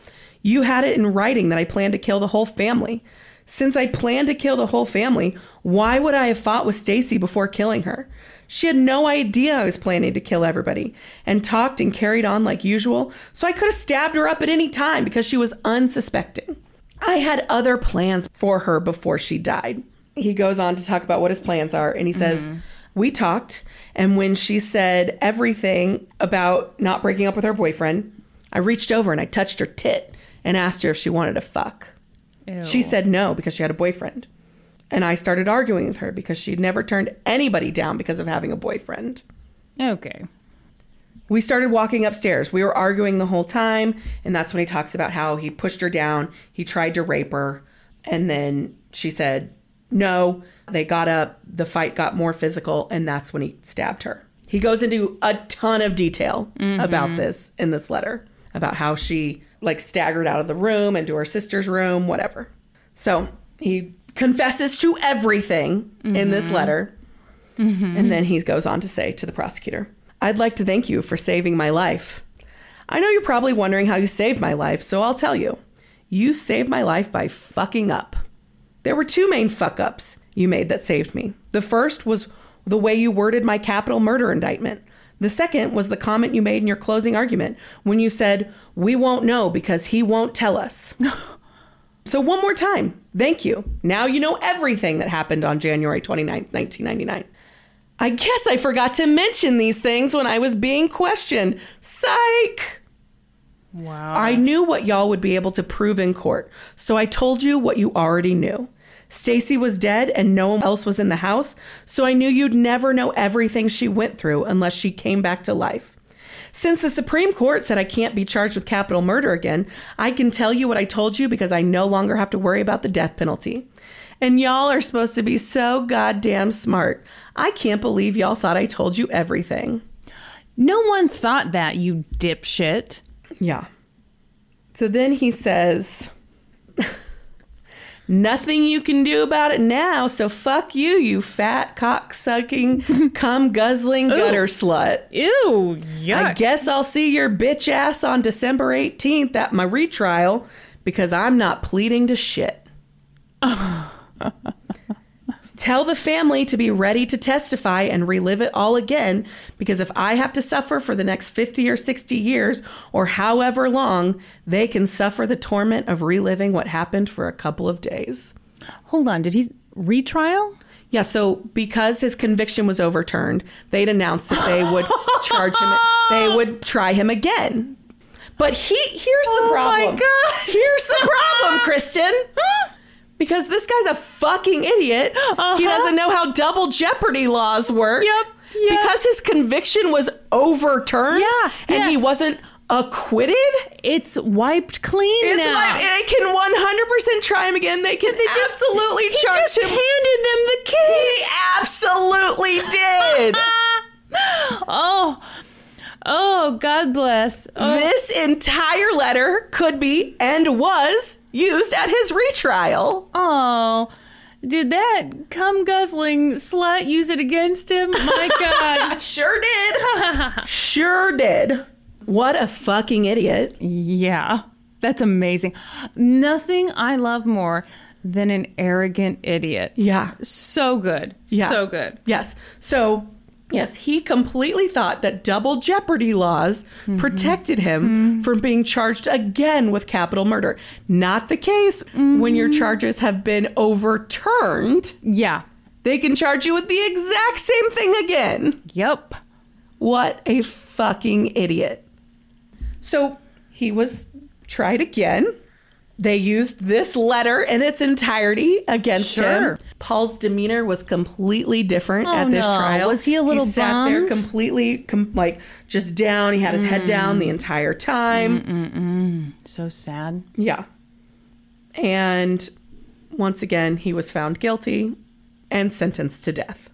Speaker 3: You had it in writing that I planned to kill the whole family. Since I planned to kill the whole family, why would I have fought with Stacy before killing her? She had no idea I was planning to kill everybody and talked and carried on like usual, so I could have stabbed her up at any time because she was unsuspecting. I had other plans for her before she died. He goes on to talk about what his plans are, and he says, We talked, and when she said everything about not breaking up with her boyfriend, I reached over and I touched her tit and asked her if she wanted to fuck. She said no because she had a boyfriend. And I started arguing with her because she'd never turned anybody down because of having a boyfriend.
Speaker 1: Okay.
Speaker 3: We started walking upstairs. We were arguing the whole time, and that's when he talks about how he pushed her down, he tried to rape her, and then she said no. They got up, the fight got more physical, and that's when he stabbed her. He goes into a ton of detail about this in this letter, about how she like staggered out of the room into her sister's room, whatever. So he confesses to everything in this letter. And then he goes on to say to the prosecutor, I'd like to thank you for saving my life. I know you're probably wondering how you saved my life, so I'll tell you. You saved my life by fucking up. There were two main fuck ups you made that saved me. The first was the way you worded my capital murder indictment. The second was the comment you made in your closing argument when you said, We won't know because he won't tell us. So, one more time, thank you. Now you know everything that happened on January 29th, 1999. I guess I forgot to mention these things when I was being questioned. Psych!
Speaker 1: Wow.
Speaker 3: I knew what y'all would be able to prove in court, so I told you what you already knew. Stacy was dead and no one else was in the house, so I knew you'd never know everything she went through unless she came back to life. Since the Supreme Court said I can't be charged with capital murder again, I can tell you what I told you because I no longer have to worry about the death penalty. And y'all are supposed to be so goddamn smart. I can't believe y'all thought I told you everything.
Speaker 1: no one thought that, you dipshit.
Speaker 3: Yeah. So then he says, Nothing you can do about it now, so fuck you, you fat, cock sucking, cum guzzling gutter slut.
Speaker 1: Ew. Yuck.
Speaker 3: I guess I'll see your bitch ass on December 18th at my retrial because I'm not pleading to shit. Tell the family to be ready to testify and relive it all again because if I have to suffer for the next 50 or 60 years or however long, they can suffer the torment of reliving what happened for a couple of days.
Speaker 1: Hold on. Did he retrial?
Speaker 3: Yeah, so because his conviction was overturned, they'd announced that they
Speaker 1: [LAUGHS]
Speaker 3: would charge him, they would try him again. But he here's the
Speaker 1: Oh my
Speaker 3: problem.
Speaker 1: God.
Speaker 3: Here's the
Speaker 1: [LAUGHS]
Speaker 3: problem, Kristen. Because this guy's a fucking idiot. He doesn't know how double jeopardy laws work.
Speaker 1: Uh-huh. Yep, yeah.
Speaker 3: Because his conviction was overturned
Speaker 1: Yeah,
Speaker 3: and
Speaker 1: yeah.
Speaker 3: he wasn't acquitted.
Speaker 1: It's wiped clean
Speaker 3: It's
Speaker 1: now.
Speaker 3: like they can 100% try him again. They can absolutely
Speaker 1: he
Speaker 3: charge
Speaker 1: just
Speaker 3: him.
Speaker 1: handed them the
Speaker 3: He
Speaker 1: case.
Speaker 3: absolutely did.
Speaker 1: [LAUGHS] oh, oh, God bless. Oh,
Speaker 3: this entire letter could be and was used at his retrial.
Speaker 1: oh. did that cum guzzling slut use it against him?
Speaker 3: [LAUGHS]
Speaker 1: My God.
Speaker 3: Sure did. [LAUGHS] sure did. What a fucking idiot.
Speaker 1: yeah, that's amazing. Nothing I love more than an arrogant idiot.
Speaker 3: Yeah.
Speaker 1: So good.
Speaker 3: Yeah.
Speaker 1: So good.
Speaker 3: Yes. So, yes, he completely thought that double jeopardy laws protected him from being charged again with capital murder. Not the case when your charges have been overturned.
Speaker 1: Yeah.
Speaker 3: They can charge you with the exact same thing again.
Speaker 1: Yep.
Speaker 3: What a fucking idiot. So he was tried again. They used this letter in its entirety against
Speaker 1: Sure.
Speaker 3: him. Paul's demeanor was completely different
Speaker 1: Oh,
Speaker 3: at this
Speaker 1: no.
Speaker 3: trial.
Speaker 1: Was he a little
Speaker 3: He sat there
Speaker 1: bummed?
Speaker 3: completely, com- like just down. He had his head down
Speaker 1: Hmm.
Speaker 3: the entire time.
Speaker 1: So sad.
Speaker 3: Yeah. And once again, he was found guilty and sentenced to death.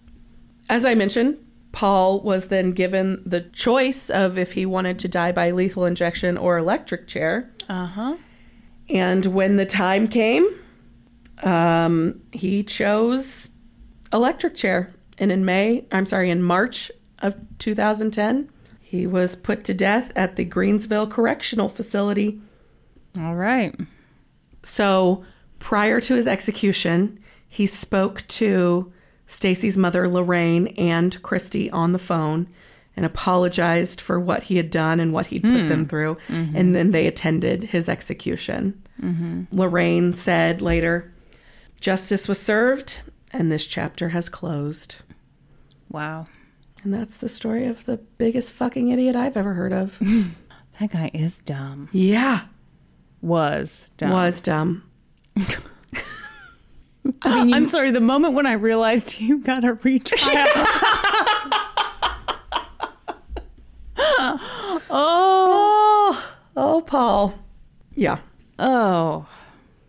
Speaker 3: As I mentioned, Paul was then given the choice of if he wanted to die by lethal injection or electric chair.
Speaker 1: Uh huh.
Speaker 3: And when the time came, um, he chose electric chair. And in May, I'm sorry, in March of 2010, he was put to death at the Greensville Correctional Facility
Speaker 1: All right.
Speaker 3: so prior to his execution, he spoke to Stacy's mother Lorraine and Christy on the phone and apologized for what he had done and what he'd put them through. And then they attended his execution. Lorraine said later, "Justice was served, and this chapter has closed."
Speaker 1: Wow.
Speaker 3: And that's the story of the biggest fucking idiot I've ever heard of.
Speaker 1: That guy is dumb.
Speaker 3: yeah,
Speaker 1: Was dumb.
Speaker 3: was dumb.
Speaker 1: [GASPS] I'm sorry. The moment when I realized [LAUGHS] you got a [LAUGHS] retrial. [GASPS]
Speaker 3: Oh, oh, Paul. Yeah.
Speaker 1: oh.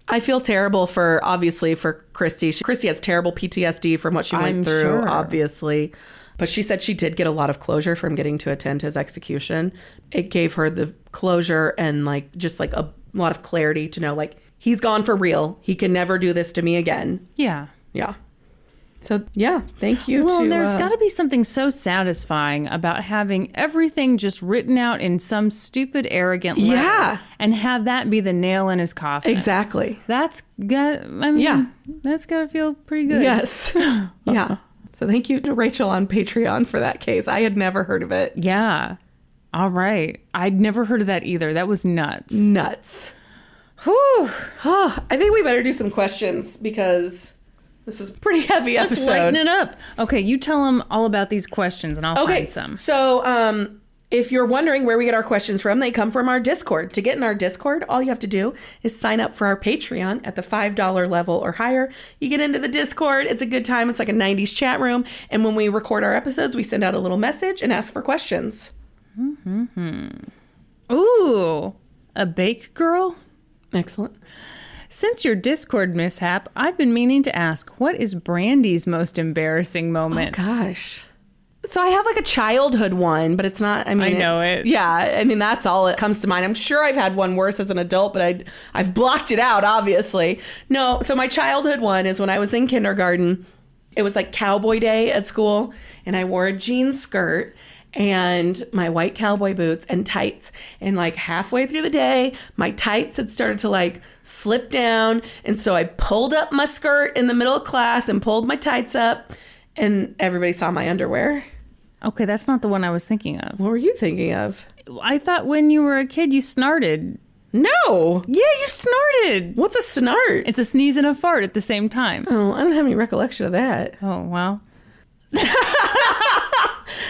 Speaker 3: I feel terrible for obviously for Christy. She, Christy has terrible PTSD from what she went
Speaker 1: I'm
Speaker 3: through,
Speaker 1: sure.
Speaker 3: obviously. But she said she did get a lot of closure from getting to attend his execution. It gave her the closure and like just like a lot of clarity to know like he's gone for real. He can never do this to me again.
Speaker 1: Yeah.
Speaker 3: Yeah. So yeah, thank you.
Speaker 1: Well,
Speaker 3: to,
Speaker 1: there's
Speaker 3: uh,
Speaker 1: got to be something so satisfying about having everything just written out in some stupid, arrogant letter,
Speaker 3: Yeah.
Speaker 1: and have that be the nail in his coffin.
Speaker 3: [LAUGHS] exactly.
Speaker 1: That's got. I mean,
Speaker 3: Yeah.
Speaker 1: that's got to feel pretty good. [LAUGHS]
Speaker 3: Yes. yeah. So thank you to Rachel on Patreon for that case. I had never heard of it.
Speaker 1: Yeah. All right. I'd never heard of that either. That was nuts.
Speaker 3: Nuts.
Speaker 1: Whew.
Speaker 3: Oh, I think we better do some questions because this was a pretty heavy
Speaker 1: Let's
Speaker 3: episode.
Speaker 1: lighten it up. Okay, you tell them all about these questions, and I'll
Speaker 3: Okay.
Speaker 1: find some.
Speaker 3: So, um, if you're wondering where we get our questions from, they come from our Discord. To get in our Discord, all you have to do is sign up for our Patreon at the $5 level or higher. You get into the Discord, it's a good time. It's like a 90s chat room. And when we record our episodes, we send out a little message and ask for questions.
Speaker 1: Ooh, a bake girl.
Speaker 3: Excellent.
Speaker 1: Since your Discord mishap, I've been meaning to ask what is Brandy's most embarrassing moment?
Speaker 3: Gosh. So I have like a childhood one, but it's not. I mean,
Speaker 1: I know
Speaker 3: it's-
Speaker 1: it.
Speaker 3: Yeah, I mean that's all that comes to mind. I'm sure I've had one worse as an adult, but I I've blocked it out. Obviously, no. So my childhood one is when I was in kindergarten. It was like Cowboy Day at school, and I wore a jean skirt and my white cowboy boots and tights. And like halfway through the day, my tights had started to like slip down, and so I pulled up my skirt in the middle of class and pulled my tights up, and everybody saw my underwear.
Speaker 1: Okay, that's not the one I was thinking of.
Speaker 3: What were you thinking of?
Speaker 1: I thought when you were a kid you snarted.
Speaker 3: No.
Speaker 1: Yeah, you snarted.
Speaker 3: What's a snart?
Speaker 1: It's a sneeze and a fart at the same time.
Speaker 3: oh, I don't have any recollection of that.
Speaker 1: Oh, well.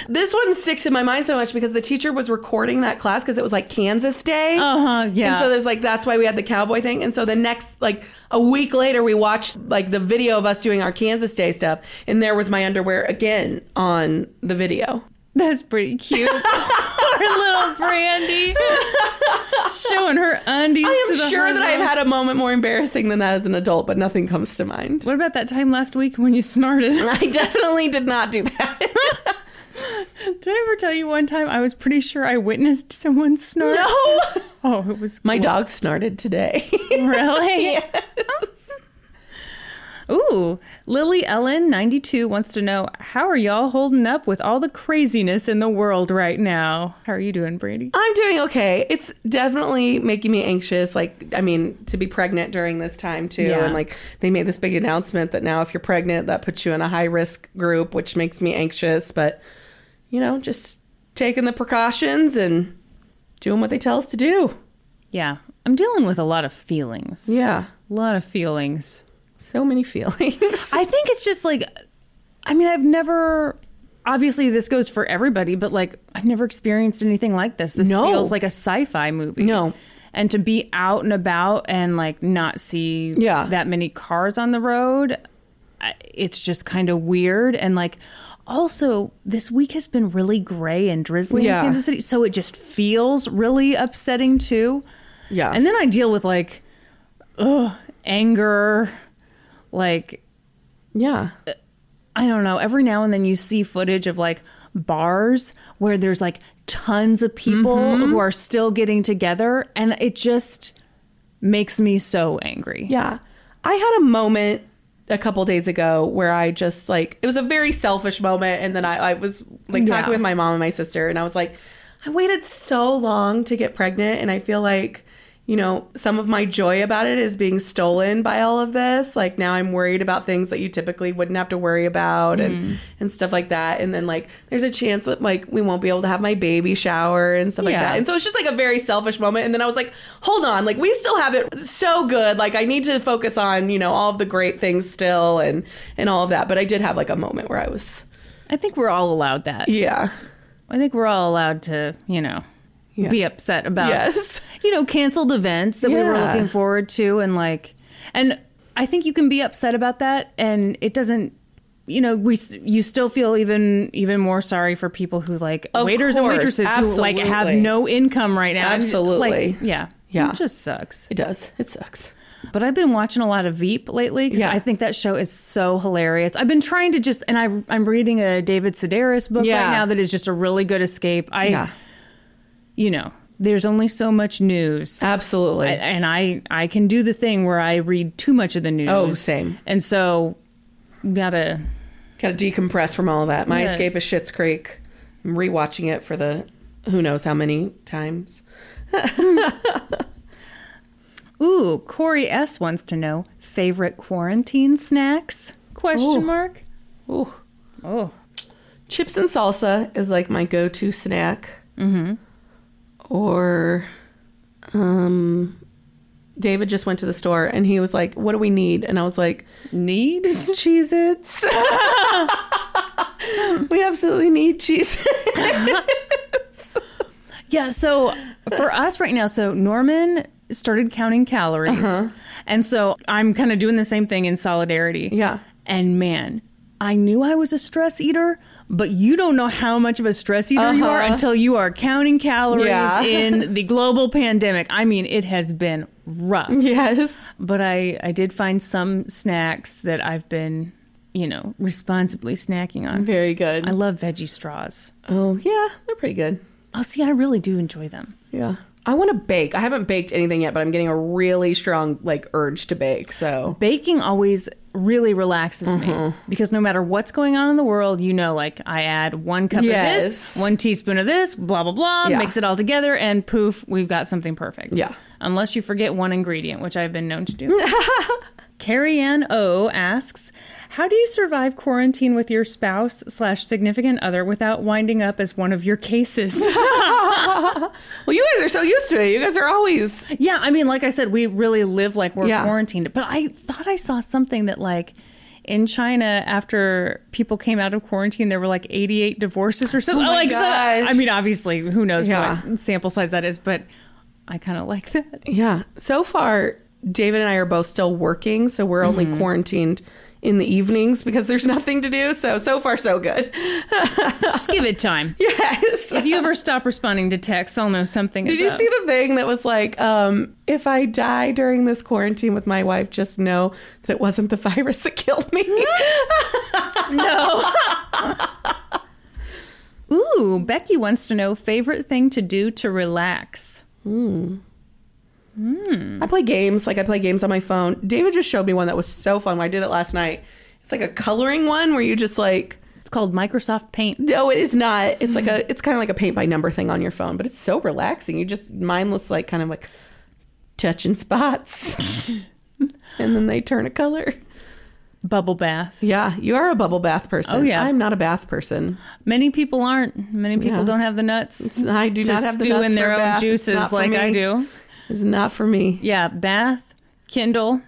Speaker 3: This one sticks in my mind so much because the teacher was recording that class because it was like Kansas Day.
Speaker 1: Uh-huh, yeah.
Speaker 3: And so there's like that's why we had the cowboy thing. And so the next like a week later we watched like the video of us doing our Kansas Day stuff and there was my underwear again on the video.
Speaker 1: That's pretty
Speaker 3: [LAUGHS]
Speaker 1: cute. [LAUGHS] Poor little Brandy. Showing her undies.
Speaker 3: I
Speaker 1: to
Speaker 3: am
Speaker 1: the
Speaker 3: sure that
Speaker 1: whole
Speaker 3: I've
Speaker 1: world.
Speaker 3: had a moment more embarrassing than that as an adult, but nothing comes to mind.
Speaker 1: What about that time last week when you [LAUGHS] snarted?
Speaker 3: [LAUGHS] I definitely did not do that.
Speaker 1: Did I ever tell you one time I was pretty sure I witnessed someone snort?
Speaker 3: [LAUGHS] no.
Speaker 1: Oh, it was
Speaker 3: [LAUGHS] My dog snarted today.
Speaker 1: Really? Ooh, Lily Ellen 92 wants to know how are y'all holding up with all the craziness in the world right now? How are you doing, Brandy?
Speaker 3: I'm doing okay. It's definitely making me anxious. Like, I mean, to be pregnant during this time too,
Speaker 1: Yeah.
Speaker 3: and like they made this big announcement that now if you're pregnant, that puts you in a high risk group, which makes me anxious. But you know, just taking the precautions and doing what they tell us to do.
Speaker 1: Yeah, I'm dealing with a lot of feelings.
Speaker 3: Yeah,
Speaker 1: A lot of feelings.
Speaker 3: so many [LAUGHS] feelings.
Speaker 1: [LAUGHS] I think it's just like, I mean, I've never. Obviously, this goes for everybody, but like, I've never experienced anything like this. This
Speaker 3: No.
Speaker 1: feels like a sci-fi movie.
Speaker 3: No.
Speaker 1: and to be out and about and like not see
Speaker 3: Yeah.
Speaker 1: that many cars on the road, I- it's just kind of weird. And like, also, this week has been really gray and drizzly
Speaker 3: Yeah.
Speaker 1: in Kansas City, so it just feels really upsetting too.
Speaker 3: Yeah.
Speaker 1: And then I deal with like, ugh, anger, like
Speaker 3: yeah,
Speaker 1: I don't know, every now and then you see footage of like bars where there's like tons of people who are still getting together and it just makes me so angry.
Speaker 3: yeah. I had a moment a couple days ago where I just like it was a very selfish moment, and then I, I was like talking
Speaker 1: Yeah.
Speaker 3: with my mom and my sister, and I was like, I waited so long to get pregnant, and I feel like. You know, some of my joy about it is being stolen by all of this. Like now I'm worried about things that you typically wouldn't have to worry about and and stuff like that. And then like there's a chance that like we won't be able to have my baby shower and stuff like
Speaker 1: Yeah.
Speaker 3: that. And so it's just like a very selfish moment. And then I was like, hold on, like we still have it so good. Like I need to focus on, you know, all of the great things still and and all of that. But I did have like a moment where I was
Speaker 1: I think we're all allowed that.
Speaker 3: Yeah.
Speaker 1: I think we're all allowed to, you know,
Speaker 3: Yeah.
Speaker 1: be upset about
Speaker 3: Yes. [LAUGHS]
Speaker 1: you know, canceled events that we were
Speaker 3: Yeah.
Speaker 1: looking forward to and like and I think you can be upset about that and it doesn't you know, we s- you still feel even even more sorry for people who like
Speaker 3: Of
Speaker 1: waiters and
Speaker 3: course,
Speaker 1: waitresses who like have
Speaker 3: absolutely.
Speaker 1: no income right now.
Speaker 3: Absolutely.
Speaker 1: Like, yeah.
Speaker 3: Yeah.
Speaker 1: It just sucks.
Speaker 3: It does. It sucks.
Speaker 1: But I've been watching a lot of Veep lately because
Speaker 3: Yeah.
Speaker 1: I think that show is so hilarious. I've been trying to just, and I, I'm reading a David Sedaris book
Speaker 3: Yeah.
Speaker 1: right now that is just a really good escape. I,
Speaker 3: Yeah.
Speaker 1: you know, there's only so much news.
Speaker 3: Absolutely.
Speaker 1: I- and I I can do the thing where I read too much of the news.
Speaker 3: Oh, same.
Speaker 1: And so gotta
Speaker 3: Gotta decompress from all of that. My
Speaker 1: Yeah.
Speaker 3: escape is Shits Creek. I'm rewatching it for the who knows how many times.
Speaker 1: ooh Corey S wants to know favorite quarantine snacks question mark
Speaker 3: Ooh.
Speaker 1: oh
Speaker 3: Chips and salsa is like my go-to snack. Mm-hmm. Or, um, David just went to the store and he was like, "What do we need?" And I was like,
Speaker 1: need
Speaker 3: [LAUGHS] "Cheez-Its." [LAUGHS] we absolutely need cheese. [LAUGHS]
Speaker 1: yeah so
Speaker 3: [LAUGHS]
Speaker 1: for us right now so Norman started counting calories
Speaker 3: Uh-huh.
Speaker 1: and so I'm kind of doing the same thing in solidarity
Speaker 3: Yeah.
Speaker 1: and man I knew I was a stress eater. But you don't know how much of a stress eater you are
Speaker 3: Uh-huh.
Speaker 1: until you are counting calories
Speaker 3: Yeah. [LAUGHS]
Speaker 1: in the global pandemic. I mean, it has been rough.
Speaker 3: yes.
Speaker 1: But I, I did find some snacks that I've been, you know, responsibly snacking on.
Speaker 3: Very good.
Speaker 1: I love veggie straws.
Speaker 3: oh yeah, they're pretty good.
Speaker 1: Oh, see, I really do enjoy them.
Speaker 3: Yeah. I want to bake. I haven't baked anything yet, but I'm getting a really strong like urge to bake. So
Speaker 1: Baking always really relaxes me
Speaker 3: Mm-hmm.
Speaker 1: because no matter what's going on in the world, you know, like I add one cup of
Speaker 3: Yes.
Speaker 1: this, one teaspoon of this, blah, blah, blah,
Speaker 3: Yeah.
Speaker 1: mix it all together, and poof, we've got something perfect.
Speaker 3: Yeah.
Speaker 1: Unless you forget one ingredient, which I've been known to
Speaker 3: [LAUGHS]
Speaker 1: do. Carrie Ann O asks, "How do you survive quarantine with your spouse slash significant other without winding up as one of your cases?"
Speaker 3: well, you guys are so used to it. You guys are always
Speaker 1: yeah, I mean, like I said, we really live like we're
Speaker 3: Yeah.
Speaker 1: quarantined. But I thought I saw something that like. In China, after people came out of quarantine, there were like 88 divorces or something.
Speaker 3: Oh my
Speaker 1: like, so-
Speaker 3: gosh.
Speaker 1: I mean, obviously, who knows
Speaker 3: Yeah.
Speaker 1: what sample size that is, but I kind of like that.
Speaker 3: Yeah. So far, David and I are both still working, so we're only quarantined in the evenings because there's [LAUGHS] nothing to do. So so far so good.
Speaker 1: Just give it time.
Speaker 3: [LAUGHS] Yes.
Speaker 1: If you ever stop responding to texts, I'll know something.
Speaker 3: Did you see the thing that was like, um, if I die during this quarantine with my wife, just know that it wasn't the [LAUGHS] virus that killed me.
Speaker 1: No.
Speaker 3: [LAUGHS]
Speaker 1: Ooh, Becky wants to know favorite thing to do to relax.
Speaker 3: I play games. Like I play games on my phone. David just showed me one that was so fun. I did it last night. It's like a coloring one where you just like.
Speaker 1: It's called Microsoft Paint.
Speaker 3: No, it is not. It's like a. It's kind of like a paint by number thing on your phone, but it's so relaxing. You just mindless like kind of like touching spots, [LAUGHS] and then they turn a color.
Speaker 1: Bubble bath.
Speaker 3: Yeah, you are a bubble bath person.
Speaker 1: Oh, yeah.
Speaker 3: I'm not a bath person.
Speaker 1: Many people aren't. Many people
Speaker 3: Yeah.
Speaker 1: don't have the nuts.
Speaker 3: [LAUGHS] I do
Speaker 1: Just
Speaker 3: not have the
Speaker 1: doing
Speaker 3: nuts
Speaker 1: their
Speaker 3: for
Speaker 1: own
Speaker 3: bath. It's
Speaker 1: juices
Speaker 3: not for
Speaker 1: like I
Speaker 3: me.
Speaker 1: do.
Speaker 3: It's not for me.
Speaker 1: Yeah, bath, Kindle.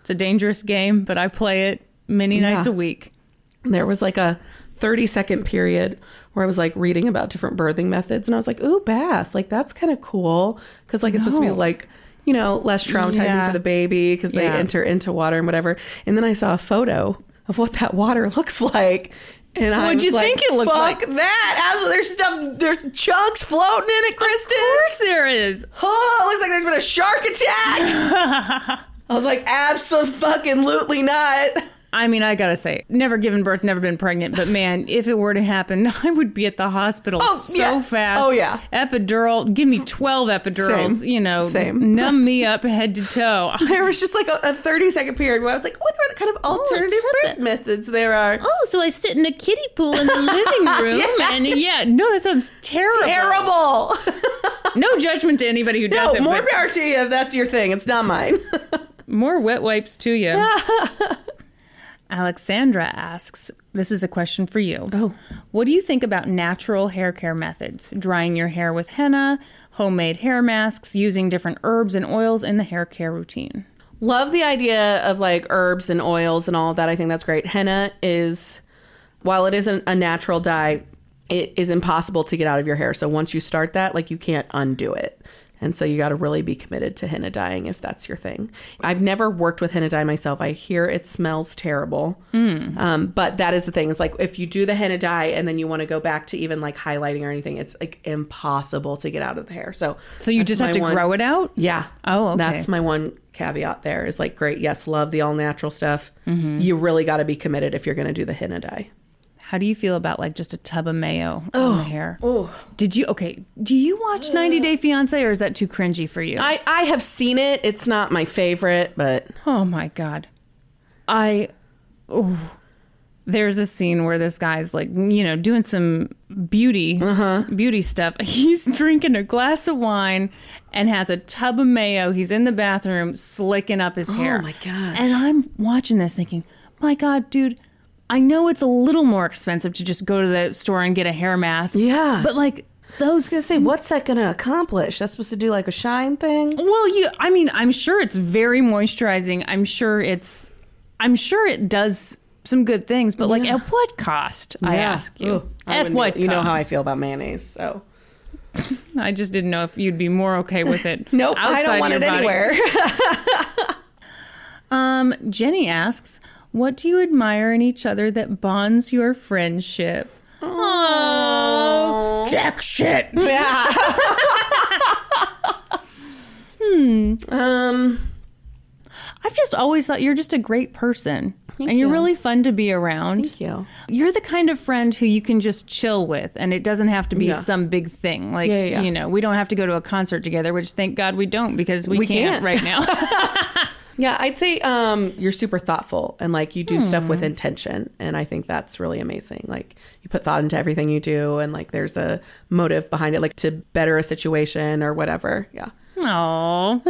Speaker 1: It's a dangerous game, but I play it many nights
Speaker 3: Yeah.
Speaker 1: a week.
Speaker 3: there was like a 30 second period where I was like reading about different birthing methods and I was like, ooh, bath. Like that's kind of cool. Cause like it's supposed to be
Speaker 1: No.
Speaker 3: like, you know, less traumatizing
Speaker 1: Yeah.
Speaker 3: for the baby because they
Speaker 1: Yeah.
Speaker 3: enter into water and whatever. And then I saw a photo of what that water [LAUGHS] looks like. And I
Speaker 1: What'd
Speaker 3: was
Speaker 1: you
Speaker 3: like,
Speaker 1: think it looked
Speaker 3: Fuck
Speaker 1: like?"
Speaker 3: that. Absolutely. There's stuff, there's chunks floating in it, Kristen.
Speaker 1: Of course there is.
Speaker 3: Oh, it looks like there's been a shark attack.
Speaker 1: [LAUGHS]
Speaker 3: I was like, absolutely not.
Speaker 1: I mean, I gotta say, never given birth, never been pregnant, but man, if it were to happen, [LAUGHS] I would be at the hospital
Speaker 3: Oh,
Speaker 1: so
Speaker 3: yeah.
Speaker 1: fast.
Speaker 3: Oh, yeah.
Speaker 1: epidural. Give me twelve epidurals.
Speaker 3: Same.
Speaker 1: You know,
Speaker 3: Same.
Speaker 1: numb me
Speaker 3: [LAUGHS]
Speaker 1: up head to toe.
Speaker 3: there was just like a, a 30 second period where I was like, I wonder what kind of alternative birth methods there are.
Speaker 1: Oh, so I sit in a kiddie pool in the [LAUGHS] living room, and yeah, no, that sounds terrible.
Speaker 3: Terrible.
Speaker 1: No judgment to anybody who does
Speaker 3: No,
Speaker 1: it.
Speaker 3: [LAUGHS] more
Speaker 1: but
Speaker 3: power to you if that's your thing. It's not mine.
Speaker 1: more wet wipes to you. [LAUGHS] Alexandra asks, this is a question for you. Oh. What do you think about natural hair care methods? Drying your hair with henna, homemade hair masks, using different herbs and oils in the hair care routine.
Speaker 3: Love the idea of like herbs and oils and all of that. I think that's great. Henna is, while it isn't a natural dye, it is impossible to get out of your hair. So once you start that, like you can't undo it. And so you got to really be committed to henna dyeing if that's your thing. I've never worked with henna dye myself. I hear it smells terrible.
Speaker 1: Mm.
Speaker 3: Um, but that is the thing. Is like if you do the henna dye and then you want to go back to even like highlighting or anything, it's like impossible to get out of the hair. So
Speaker 1: So you
Speaker 3: that's
Speaker 1: just have
Speaker 3: my
Speaker 1: to
Speaker 3: one-
Speaker 1: grow it out?
Speaker 3: yeah.
Speaker 1: Oh, okay.
Speaker 3: That's my one caveat there is like, great, yes, love the all natural stuff. You really got to be committed if you're going to do the henna dye.
Speaker 1: How do you feel about like just a tub of mayo on the hair? Oh. Did you okay, do you watch 90 Day Fiancé or is that too cringy for you?
Speaker 3: I, I have seen it. It's not my favorite, but
Speaker 1: Oh my god. I oh. There's a scene where this guy's like, you know, doing some beauty
Speaker 3: Uh-huh.
Speaker 1: beauty stuff. [LAUGHS] He's drinking a glass of wine and has a tub of mayo. He's in the bathroom slicking up his hair.
Speaker 3: Oh my gosh.
Speaker 1: And I'm watching this thinking, "My god, dude, I know it's a little more expensive to just go to the store and get a hair mask."
Speaker 3: Yeah.
Speaker 1: But like those
Speaker 3: say, what's that going to accomplish? That's supposed to do like a shine thing?
Speaker 1: well, you. I mean, I'm sure it's very moisturizing. I'm sure it's. I'm sure it does some good things, but like, at what cost? I ask you. at what?
Speaker 3: You know how I
Speaker 1: cost?
Speaker 3: feel about mayonnaise. So,
Speaker 1: I just didn't know if you'd be more okay with it.
Speaker 3: [LAUGHS] nope, I
Speaker 1: outside
Speaker 3: don't want
Speaker 1: your
Speaker 3: it
Speaker 1: body.
Speaker 3: [LAUGHS] anywhere.
Speaker 1: Um, Jenny asks, "What do you admire in each other that bonds your friendship?" Oh, jack
Speaker 3: [LAUGHS]
Speaker 1: shit.
Speaker 3: Yeah. Um,
Speaker 1: I've just always thought you're just a great person, and you're really fun to be around.
Speaker 3: Thank you.
Speaker 1: You're the kind of friend who you can just chill with, and it doesn't have to be
Speaker 3: Yeah.
Speaker 1: some big thing. Like,
Speaker 3: Yeah, yeah, yeah.
Speaker 1: you know, we don't have to go to a concert together, which thank God we don't because we,
Speaker 3: We
Speaker 1: can't,
Speaker 3: can't.
Speaker 1: right
Speaker 3: [LAUGHS]
Speaker 1: now.
Speaker 3: Yeah, I'd say um, you're super thoughtful and like you do stuff
Speaker 1: Hmm.
Speaker 3: with intention, and I think that's really amazing. Like you put thought into everything you do, and like there's a motive behind it, like to better a situation or whatever. Yeah,
Speaker 1: Oh,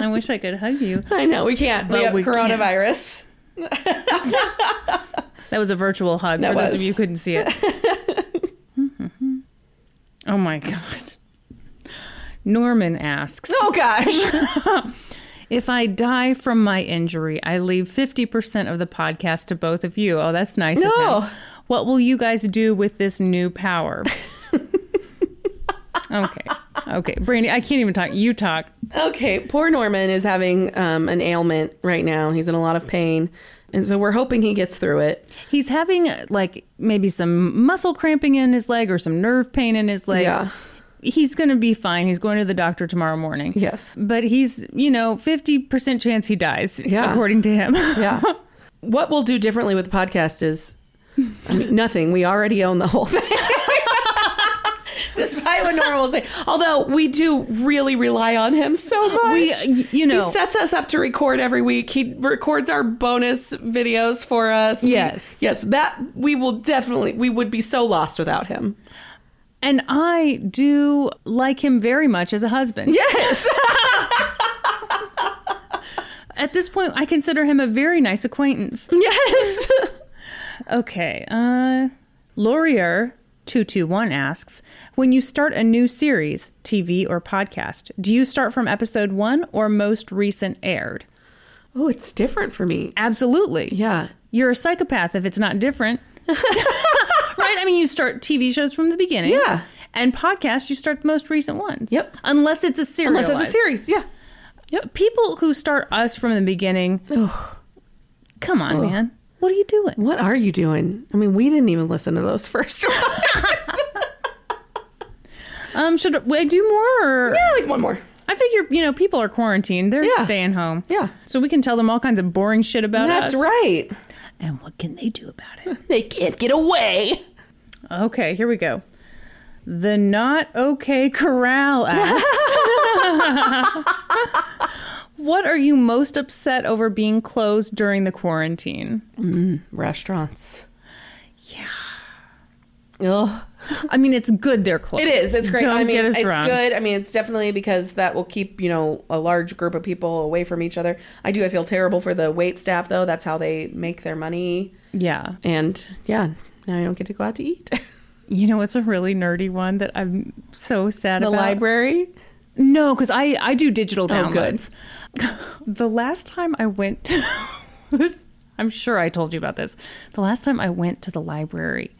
Speaker 1: I wish I could hug you.
Speaker 3: I know we can't.
Speaker 1: But
Speaker 3: we have
Speaker 1: we can't.
Speaker 3: coronavirus.
Speaker 1: That was a virtual hug for
Speaker 3: That
Speaker 1: those of
Speaker 3: was.
Speaker 1: you who couldn't see it.
Speaker 3: [LAUGHS]
Speaker 1: oh my God. Norman asks
Speaker 3: Oh gosh,
Speaker 1: [LAUGHS] If I die from my injury, I leave 50% of the podcast to both of you. Oh, that's nice. Of
Speaker 3: No.
Speaker 1: him. What will you guys do with this new
Speaker 3: [LAUGHS]
Speaker 1: power? okay. Okay. Brandy, I can't even talk. You talk.
Speaker 3: okay. Poor Norman is having um, an ailment right now. He's in a lot of pain, and so we're hoping he gets through it.
Speaker 1: He's having like maybe some muscle cramping in his leg or some nerve pain in his leg.
Speaker 3: Yeah.
Speaker 1: He's going to be fine. He's going to the doctor tomorrow morning.
Speaker 3: Yes.
Speaker 1: But he's, you know, 50% chance he dies,
Speaker 3: Yeah.
Speaker 1: according to him.
Speaker 3: [LAUGHS] Yeah. what we'll do differently with the podcast is I mean, nothing. We already own the whole thing. [LAUGHS] despite what Norman will say. Although we do really rely on him so much.
Speaker 1: We, y- you know-
Speaker 3: he sets us up to record every week. He records our bonus videos for us. We-
Speaker 1: Yes.
Speaker 3: yes, that we will definitely. We would be so lost without him. [LAUGHS]
Speaker 1: And I do like him very much as a husband.
Speaker 3: Yes.
Speaker 1: [LAUGHS]
Speaker 3: [LAUGHS]
Speaker 1: At this point, I consider him a very nice acquaintance.
Speaker 3: yes.
Speaker 1: Okay. Uh, Laurier. 221 asks, when you start a new series, TV or podcast, do you start from episode one or most recent aired?
Speaker 3: oh, it's different for me.
Speaker 1: Absolutely.
Speaker 3: Yeah.
Speaker 1: You're a psychopath if it's not
Speaker 3: [LAUGHS]
Speaker 1: different. right? I mean, you start TV shows from the beginning.
Speaker 3: Yeah.
Speaker 1: And podcasts, you start the most recent ones.
Speaker 3: Yep.
Speaker 1: Unless it's a series.
Speaker 3: Unless it's a series. Yeah.
Speaker 1: People who start us from the beginning. Come on, man. What are you doing?
Speaker 3: What are you doing? I mean, we didn't even listen to those first. ones.
Speaker 1: Um, should I do more? Or?
Speaker 3: yeah, [LAUGHS] like one more.
Speaker 1: I figure, you know, people are quarantined. They're
Speaker 3: Yeah.
Speaker 1: staying home.
Speaker 3: Yeah.
Speaker 1: So we can tell them all kinds of boring shit about us.
Speaker 3: That's right.
Speaker 1: And what can they do about it? [LAUGHS]
Speaker 3: They can't get away.
Speaker 1: Okay, here we go. The not okay
Speaker 3: [LAUGHS]
Speaker 1: corral asks What are you most upset over being closed during the quarantine?
Speaker 3: Restaurants. Yeah. Ugh.
Speaker 1: I mean, it's good they're closed.
Speaker 3: It is. It's great.
Speaker 1: Don't
Speaker 3: I mean,
Speaker 1: get us
Speaker 3: it's
Speaker 1: wrong.
Speaker 3: good. I mean, it's definitely because that will keep you know a large group of people away from each other. I do. I feel terrible for the wait staff though. That's how they make their money.
Speaker 1: Yeah.
Speaker 3: And yeah, now I don't get to go out to eat.
Speaker 1: You know, it's a really nerdy one that I'm so sad
Speaker 3: the
Speaker 1: about.
Speaker 3: [LAUGHS] library.
Speaker 1: No, because I, I do digital
Speaker 3: Oh, good.
Speaker 1: downloads. [LAUGHS] the last time I went to [LAUGHS] this, I'm sure I told you about this. The last time I went to the library,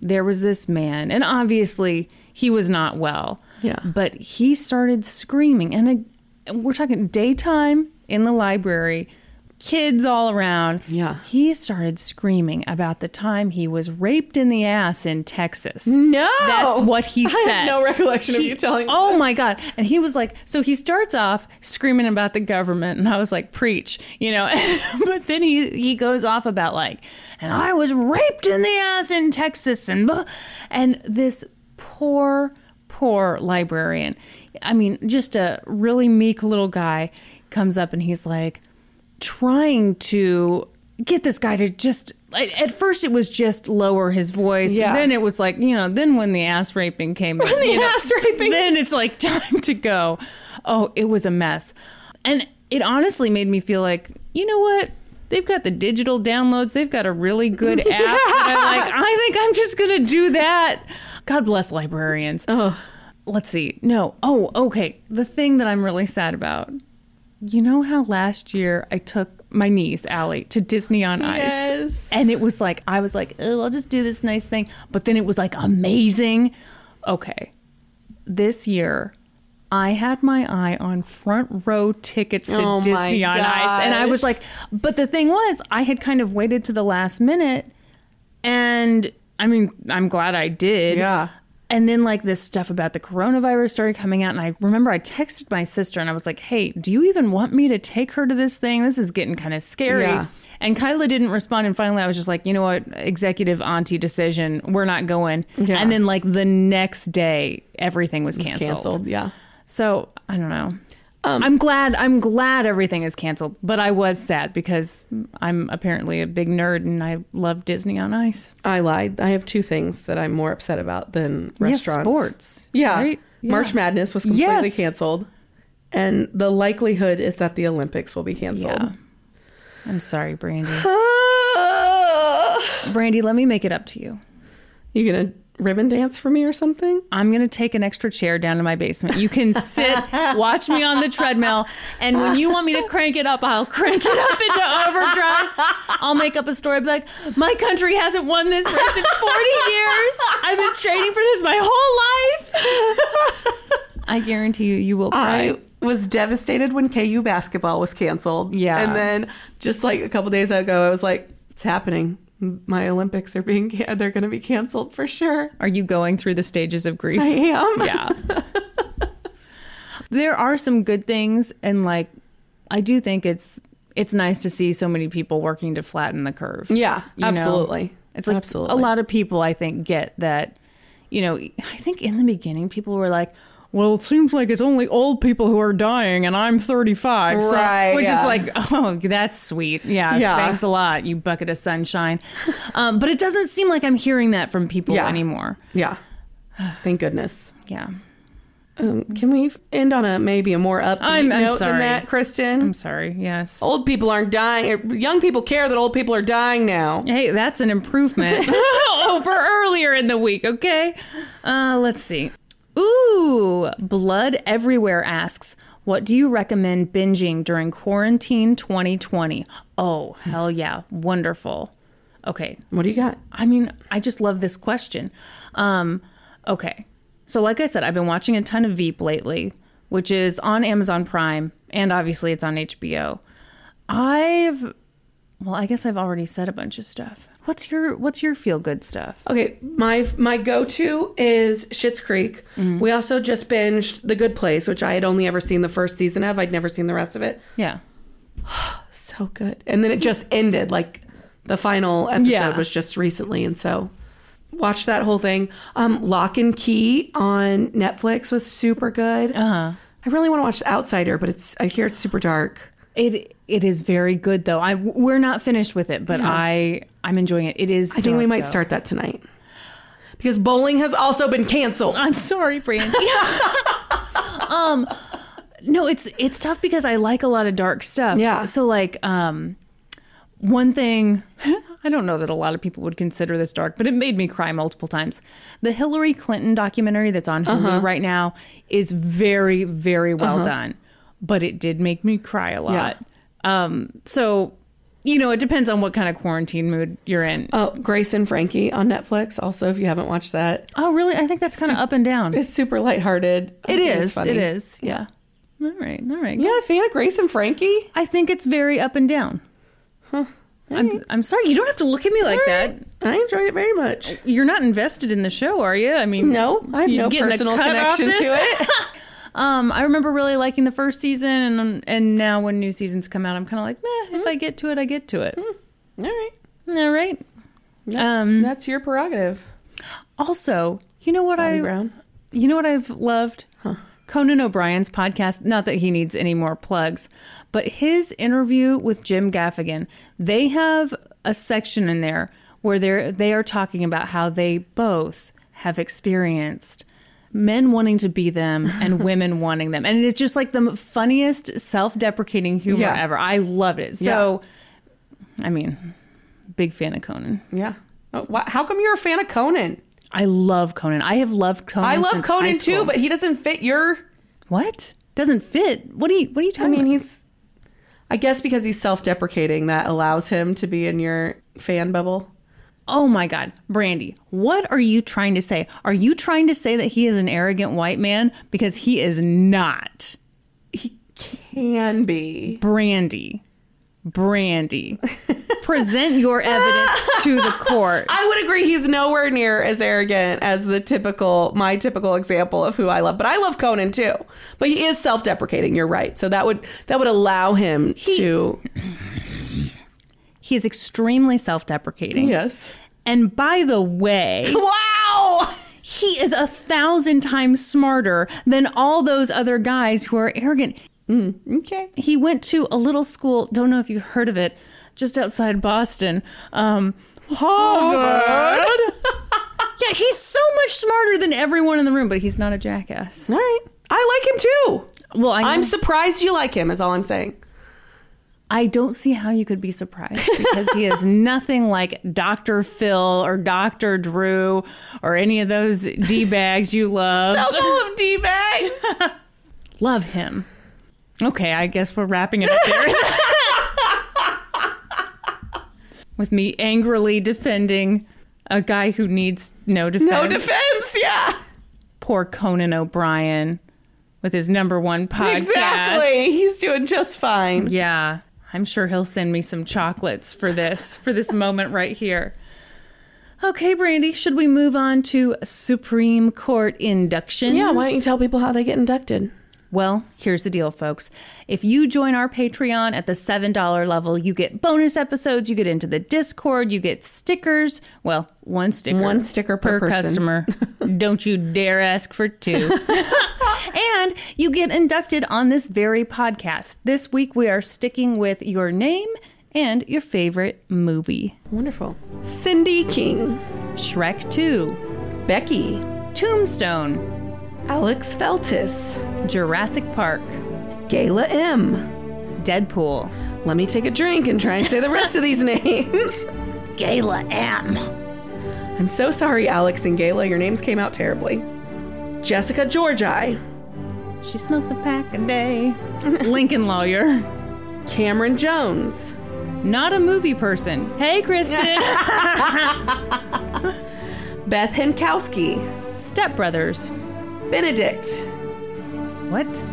Speaker 1: there was this man, and obviously he was not well.
Speaker 3: Yeah.
Speaker 1: But he started screaming, and a, and we're talking daytime in the library, kids all around.
Speaker 3: Yeah.
Speaker 1: He started screaming about the time he was raped in the ass in Texas.
Speaker 3: No,
Speaker 1: That's what he
Speaker 3: [LAUGHS] I
Speaker 1: said.
Speaker 3: have no recollection of
Speaker 1: He-
Speaker 3: you telling me
Speaker 1: Oh
Speaker 3: this.
Speaker 1: my god! And he was like, so he starts off screaming about the government, and I was like, preach, you know. [LAUGHS] but then he he goes off about like, and I was raped in the ass in Texas, and blah. and this poor poor librarian, I mean, just a really meek little guy comes up and he's like trying to get this guy to just like, at first it was just lower his voice
Speaker 3: Yeah.
Speaker 1: then it was like you know then when the ass raping came in,
Speaker 3: the
Speaker 1: you know,
Speaker 3: ass raping.
Speaker 1: then it's like [LAUGHS] time to go oh it was a mess and it honestly made me feel like you know what They've got the digital downloads. They've got a really good app. that I like, I think I'm just going to do that. God bless librarians. Oh. Let's see. No. Oh, okay. The thing that I'm really sad about you know how last year I took my niece, Allie, to Disney on Ice?
Speaker 3: Yes.
Speaker 1: And it was like, I was like, oh, I'll just do this nice thing. But then it was like amazing. Okay. This year, I had my eye on front row tickets to
Speaker 3: Oh my
Speaker 1: Disney on Ice. And I was
Speaker 3: gosh.
Speaker 1: like, but the thing was, I had kind of waited to the last minute. And I mean, I'm glad I did.
Speaker 3: Yeah.
Speaker 1: And then like this stuff about the coronavirus started coming out, and I remember I texted my sister and I was like, "Hey, do you even want me to take her to this thing? This is getting kind of scary."
Speaker 3: Yeah.
Speaker 1: And Kyla didn't respond, and finally I was just like, "You know what? Executive auntie decision. We're not going."
Speaker 3: Yeah.
Speaker 1: And then like the next day, everything was canceled.
Speaker 3: Canceled. Yeah. Um,
Speaker 1: So I don't know. I'm glad. I'm glad everything is canceled, but I was sad because I'm apparently a big nerd and I love Disney on Ice.
Speaker 3: I lied. I have two things that I'm more upset about than restaurants.
Speaker 1: Yes, sports.
Speaker 3: Yeah.
Speaker 1: right?
Speaker 3: March
Speaker 1: Yeah.
Speaker 3: Madness was completely
Speaker 1: Yes.
Speaker 3: canceled. And the likelihood is that the Olympics will be canceled.
Speaker 1: Yeah. I'm sorry, Brandy.
Speaker 3: Ah.
Speaker 1: Brandy, let me make it up to you.
Speaker 3: [LAUGHS] you gonna ribbon dance for me or something?
Speaker 1: I'm going to take an extra chair down to my basement. You can [LAUGHS] sit, watch me on the treadmill, and when you want me to crank it up, I'll crank it up into overdrive. I'll make up a story be like, my country hasn't won this race in 40 years. I've been training for this my whole life. [LAUGHS] I guarantee you, you will cry.
Speaker 3: I was devastated when KU basketball was canceled.
Speaker 1: Yeah.
Speaker 3: And then just like a couple days ago, I was like, it's happening. My Olympics are being can- they're gonna be canceled for sure.
Speaker 1: Are you going through the stages of grief?
Speaker 3: I am.
Speaker 1: yeah. there are some good things and like I do think it's it's nice to see so many people working to flatten the curve.
Speaker 3: [LAUGHS] Yeah,
Speaker 1: you know?
Speaker 3: absolutely.
Speaker 1: It's like
Speaker 3: Absolutely.
Speaker 1: a lot of people I think get that you know, I think in the beginning people were like, well, it seems like it's only old people who are dying, and I'm 35. so-
Speaker 3: Right,
Speaker 1: which
Speaker 3: yeah.
Speaker 1: is like, oh, that's sweet. Yeah,
Speaker 3: Yeah.
Speaker 1: Thanks a lot, you bucket of sunshine. um, but it doesn't seem like I'm hearing that from people
Speaker 3: Yeah.
Speaker 1: anymore.
Speaker 3: Yeah. Thank goodness.
Speaker 1: Yeah.
Speaker 3: Um, can we f- end on a maybe a more upbeat
Speaker 1: I'm- I'm
Speaker 3: note than
Speaker 1: sorry.
Speaker 3: that, Kristen?
Speaker 1: I'm sorry. Yes.
Speaker 3: old people aren't dying. or Young people care that old people are dying now.
Speaker 1: Hey, that's an improvement [LAUGHS] over earlier in the week, okay? Uh, let's see. Ooh, Blood Everywhere asks, What do you recommend binging during quarantine 2020? Oh, hell yeah. Wonderful. Okay.
Speaker 3: What do you got?
Speaker 1: I mean, I just love this question. Um, okay. So, like I said, I've been watching a ton of Veep lately, which is on Amazon Prime, and obviously it's on HBO. I've, well, I guess I've already said a bunch of stuff. What's your What's your feel good stuff?
Speaker 3: Okay, my my go to is Schitt's Creek.
Speaker 1: Mm-hmm.
Speaker 3: We also just binged The Good Place, which I had only ever seen the first season of. I'd never seen the rest of it.
Speaker 1: Yeah,
Speaker 3: So good. And then it just ended. Like the final episode
Speaker 1: Yeah.
Speaker 3: was just recently, and so watched that whole thing. Um, Lock and Key on Netflix was super good. Uh-huh. I really want to watch The Outsider, but it's I hear it's super dark.
Speaker 1: it It is very good though. I we're not finished with it, but I I'm enjoying it. It is.
Speaker 3: I think we might start that tonight because bowling has also been canceled.
Speaker 1: I'm sorry, Brandy. um, no, it's it's tough because I like a lot of dark stuff.
Speaker 3: Yeah.
Speaker 1: So like, um, one thing [LAUGHS] I don't know that a lot of people would consider this dark, but it made me cry multiple times. The Hillary Clinton documentary that's on Hulu right now is very very well done, but it did make me cry a lot. Um, so. You know, it depends on what kind of quarantine mood you're in.
Speaker 3: Oh, Grace and Frankie on Netflix. Also, if you haven't watched that,
Speaker 1: oh, really? I think that's kind of up and down.
Speaker 3: it's super lighthearted. I
Speaker 1: It
Speaker 3: think
Speaker 1: is.
Speaker 3: It's funny.
Speaker 1: It is. Yeah. All right. All right.
Speaker 3: You're not a fan of Grace and Frankie?
Speaker 1: I think it's very up and down. I'm, I'm sorry. You don't have to look at me like that.
Speaker 3: I enjoyed it very much.
Speaker 1: You're not invested in the show, are you? I mean,
Speaker 3: No, I have
Speaker 1: You
Speaker 3: no
Speaker 1: getting a
Speaker 3: personal
Speaker 1: cut off
Speaker 3: connection to
Speaker 1: this? [LAUGHS]
Speaker 3: it.
Speaker 1: Um, I remember really liking the first season, and and now when new seasons come out, I'm kind of like, meh. If I get to it, I get to it.
Speaker 3: All right.
Speaker 1: All right.
Speaker 3: That's,
Speaker 1: Um,
Speaker 3: that's your prerogative,
Speaker 1: Also, you know what
Speaker 3: Bobby
Speaker 1: I
Speaker 3: Brown.
Speaker 1: You know what I've loved? Conan O'Brien's podcast. Not that he needs any more plugs, but his interview with Jim Gaffigan. They have a section in there where they're they are talking about how they both have experienced men wanting to be them and
Speaker 3: [LAUGHS]
Speaker 1: women wanting them, and it's just like the funniest self-deprecating humor
Speaker 3: Yeah.
Speaker 1: ever. I love it. So, I mean, big fan of Conan.
Speaker 3: Yeah. Oh, wh- how come you're a fan of Conan?
Speaker 1: I love Conan. I have loved Conan.
Speaker 3: I love
Speaker 1: since high
Speaker 3: Conan too,
Speaker 1: school.
Speaker 3: but he doesn't fit your.
Speaker 1: What? Doesn't fit. What do you what are you
Speaker 3: I
Speaker 1: talking
Speaker 3: mean,
Speaker 1: about?
Speaker 3: he's. I guess because he's self-deprecating, that allows him to be in your fan bubble.
Speaker 1: Oh my god, Brandy, what are you trying to say? Are you trying to say that he is an arrogant white man? Because he is not.
Speaker 3: Can be.
Speaker 1: Brandy.
Speaker 3: [LAUGHS]
Speaker 1: Brandy. Present your evidence to the court.
Speaker 3: [LAUGHS] I would agree he's nowhere near as arrogant as the typical my typical example of who I love. But I love Conan too. But he is self-deprecating, you're right. So that would that would allow him to
Speaker 1: He is extremely self-deprecating.
Speaker 3: Yes.
Speaker 1: And by the way,
Speaker 3: Wow.
Speaker 1: he is a thousand times smarter than all those other guys who are arrogant.
Speaker 3: Mm, Okay.
Speaker 1: he went to a little school. Don't know if you've heard of it, just outside Boston. Um, Harvard. [LAUGHS] yeah, he's so much smarter than everyone in the room, but he's not a jackass.
Speaker 3: All right. I like him too.
Speaker 1: Well, I
Speaker 3: I'm
Speaker 1: I'm
Speaker 3: surprised you like him is all I'm saying.
Speaker 1: I don't see how you could be surprised because he is [LAUGHS] nothing like Dr. Phil or Dr. Drew or any of those d bags you love.
Speaker 3: Couple of D [LAUGHS] bags.
Speaker 1: Love him. Okay, I guess we're wrapping it up there. [LAUGHS] With me angrily defending a guy who needs no defense.
Speaker 3: No Oh, defense, yeah.
Speaker 1: Poor Conan O'Brien with his number one podcast.
Speaker 3: Exactly. He's doing just fine.
Speaker 1: Yeah. I'm sure he'll send me some chocolates for this, for this moment right here. Okay, Brandy, should we move on to Supreme Court induction?
Speaker 3: Yeah, why don't you tell people how they get inducted?
Speaker 1: Well, here's the deal, folks. If you join our Patreon at the $7 level, you get bonus episodes, you get into the Discord, you get stickers. Well, one sticker.
Speaker 3: One sticker per person. [LAUGHS]
Speaker 1: customer. Don't you dare ask for two. and you get inducted on this very podcast. This week, we are sticking with your name and your favorite movie
Speaker 3: Wonderful. Cindy King,
Speaker 1: Shrek 2,
Speaker 3: Becky,
Speaker 1: Tombstone,
Speaker 3: Alex Feltis,
Speaker 1: Jurassic Park,
Speaker 3: Gayla M.
Speaker 1: Deadpool,
Speaker 3: Let me take a drink and try and say the rest of these [LAUGHS] names.
Speaker 1: Gala M,
Speaker 3: I'm so sorry, Alex and Gayla. Your names came out terribly. Jessica Georgi,
Speaker 1: She smokes a pack a day. [LAUGHS] Lincoln Lawyer.
Speaker 3: Cameron Jones,
Speaker 1: Not a movie person. Hey, Kristen.
Speaker 3: Beth Henkowski,
Speaker 1: Step Brothers.
Speaker 3: Benedict,
Speaker 1: What?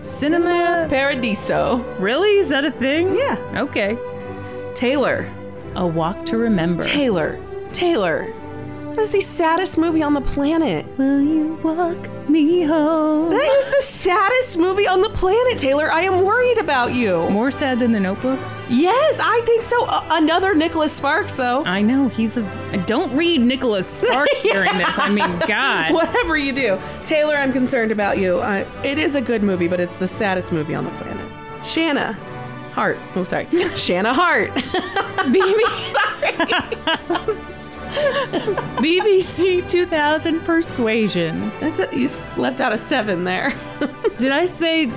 Speaker 1: Cinema?
Speaker 3: Paradiso,
Speaker 1: Really? Is that a thing?
Speaker 3: Yeah.
Speaker 1: Okay.
Speaker 3: Taylor,
Speaker 1: A Walk to Remember.
Speaker 3: Taylor, Taylor. That is the saddest movie on the planet.
Speaker 1: Will you walk me home?
Speaker 3: That is the saddest movie on the planet, Taylor. I am worried about you.
Speaker 1: More sad than The Notebook?
Speaker 3: Yes, I think so. A- another Nicholas Sparks, though.
Speaker 1: I know. He's a. Don't read Nicholas Sparks during this. I mean, God.
Speaker 3: Whatever you do, Taylor, I'm concerned about you. Uh, it is a good movie, but it's the saddest movie on the planet. Shanna Hart. Oh, sorry, Shanna Hart.
Speaker 1: [LAUGHS] BBC 2000 Persuasions.
Speaker 3: That's it. You s- left out a seven there. [LAUGHS]
Speaker 1: Did I say?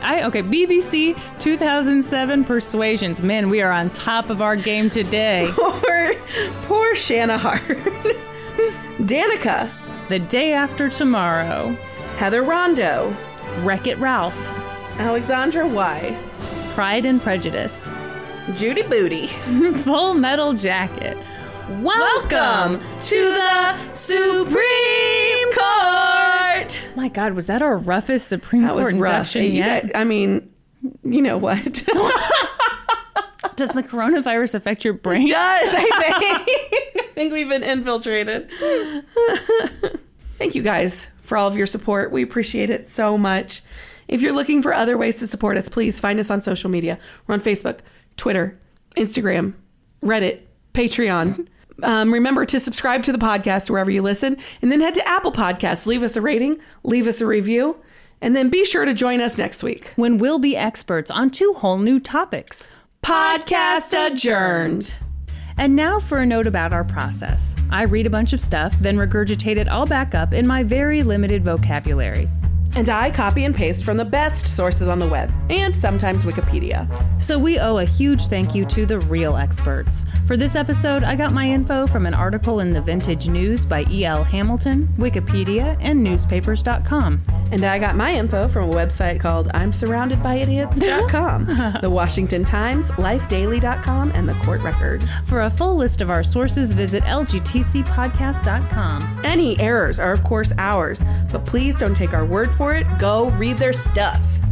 Speaker 1: I okay. BBC 2007 Persuasions. Man, we are on top of our game today.
Speaker 3: poor, poor Shanna Hart. [LAUGHS] Danica,
Speaker 1: the day after tomorrow.
Speaker 3: Heather Rondo,
Speaker 1: Wreck It Ralph.
Speaker 3: Alexandra Y,
Speaker 1: Pride and Prejudice.
Speaker 3: Judy Booty.
Speaker 1: Full Metal Jacket. Welcome.
Speaker 3: to the Supreme Court.
Speaker 1: My God, was that our roughest Supreme
Speaker 3: That was
Speaker 1: Court
Speaker 3: rough.
Speaker 1: induction
Speaker 3: You
Speaker 1: yet?
Speaker 3: [LAUGHS] guys- I mean, you know what? [LAUGHS]
Speaker 1: Does the coronavirus affect your brain?
Speaker 3: does, I think. I think we've been infiltrated. [LAUGHS] Thank you guys for all of your support. We appreciate it so much. If you're looking for other ways to support us, please find us on social media. We're on Facebook, Twitter, Instagram, Reddit, Patreon. Um, remember to subscribe to the podcast wherever you listen, and then head to Apple Podcasts. Leave us a rating, leave us a review, and then be sure to join us next week.
Speaker 1: When we'll be experts on two whole new topics.
Speaker 3: Podcast adjourned.
Speaker 1: And now for a note about our process. I read a bunch of stuff, then regurgitate it all back up in my very limited vocabulary.
Speaker 3: And I copy and paste from the best sources on the web, and sometimes Wikipedia.
Speaker 1: So we owe a huge thank you to the real experts. For this episode, I got my info from an article in the Vintage News by E.L. Hamilton, Wikipedia, and newspapers.com.
Speaker 3: And I got my info from a website called I'm Surrounded by Idiots.com, the Washington Times, LifeDaily.com, and the Court Record.
Speaker 1: For a full list of our sources, visit lgtcpodcast.com.
Speaker 3: Any errors are, of course, ours, but please don't take our word for it. Go read their stuff.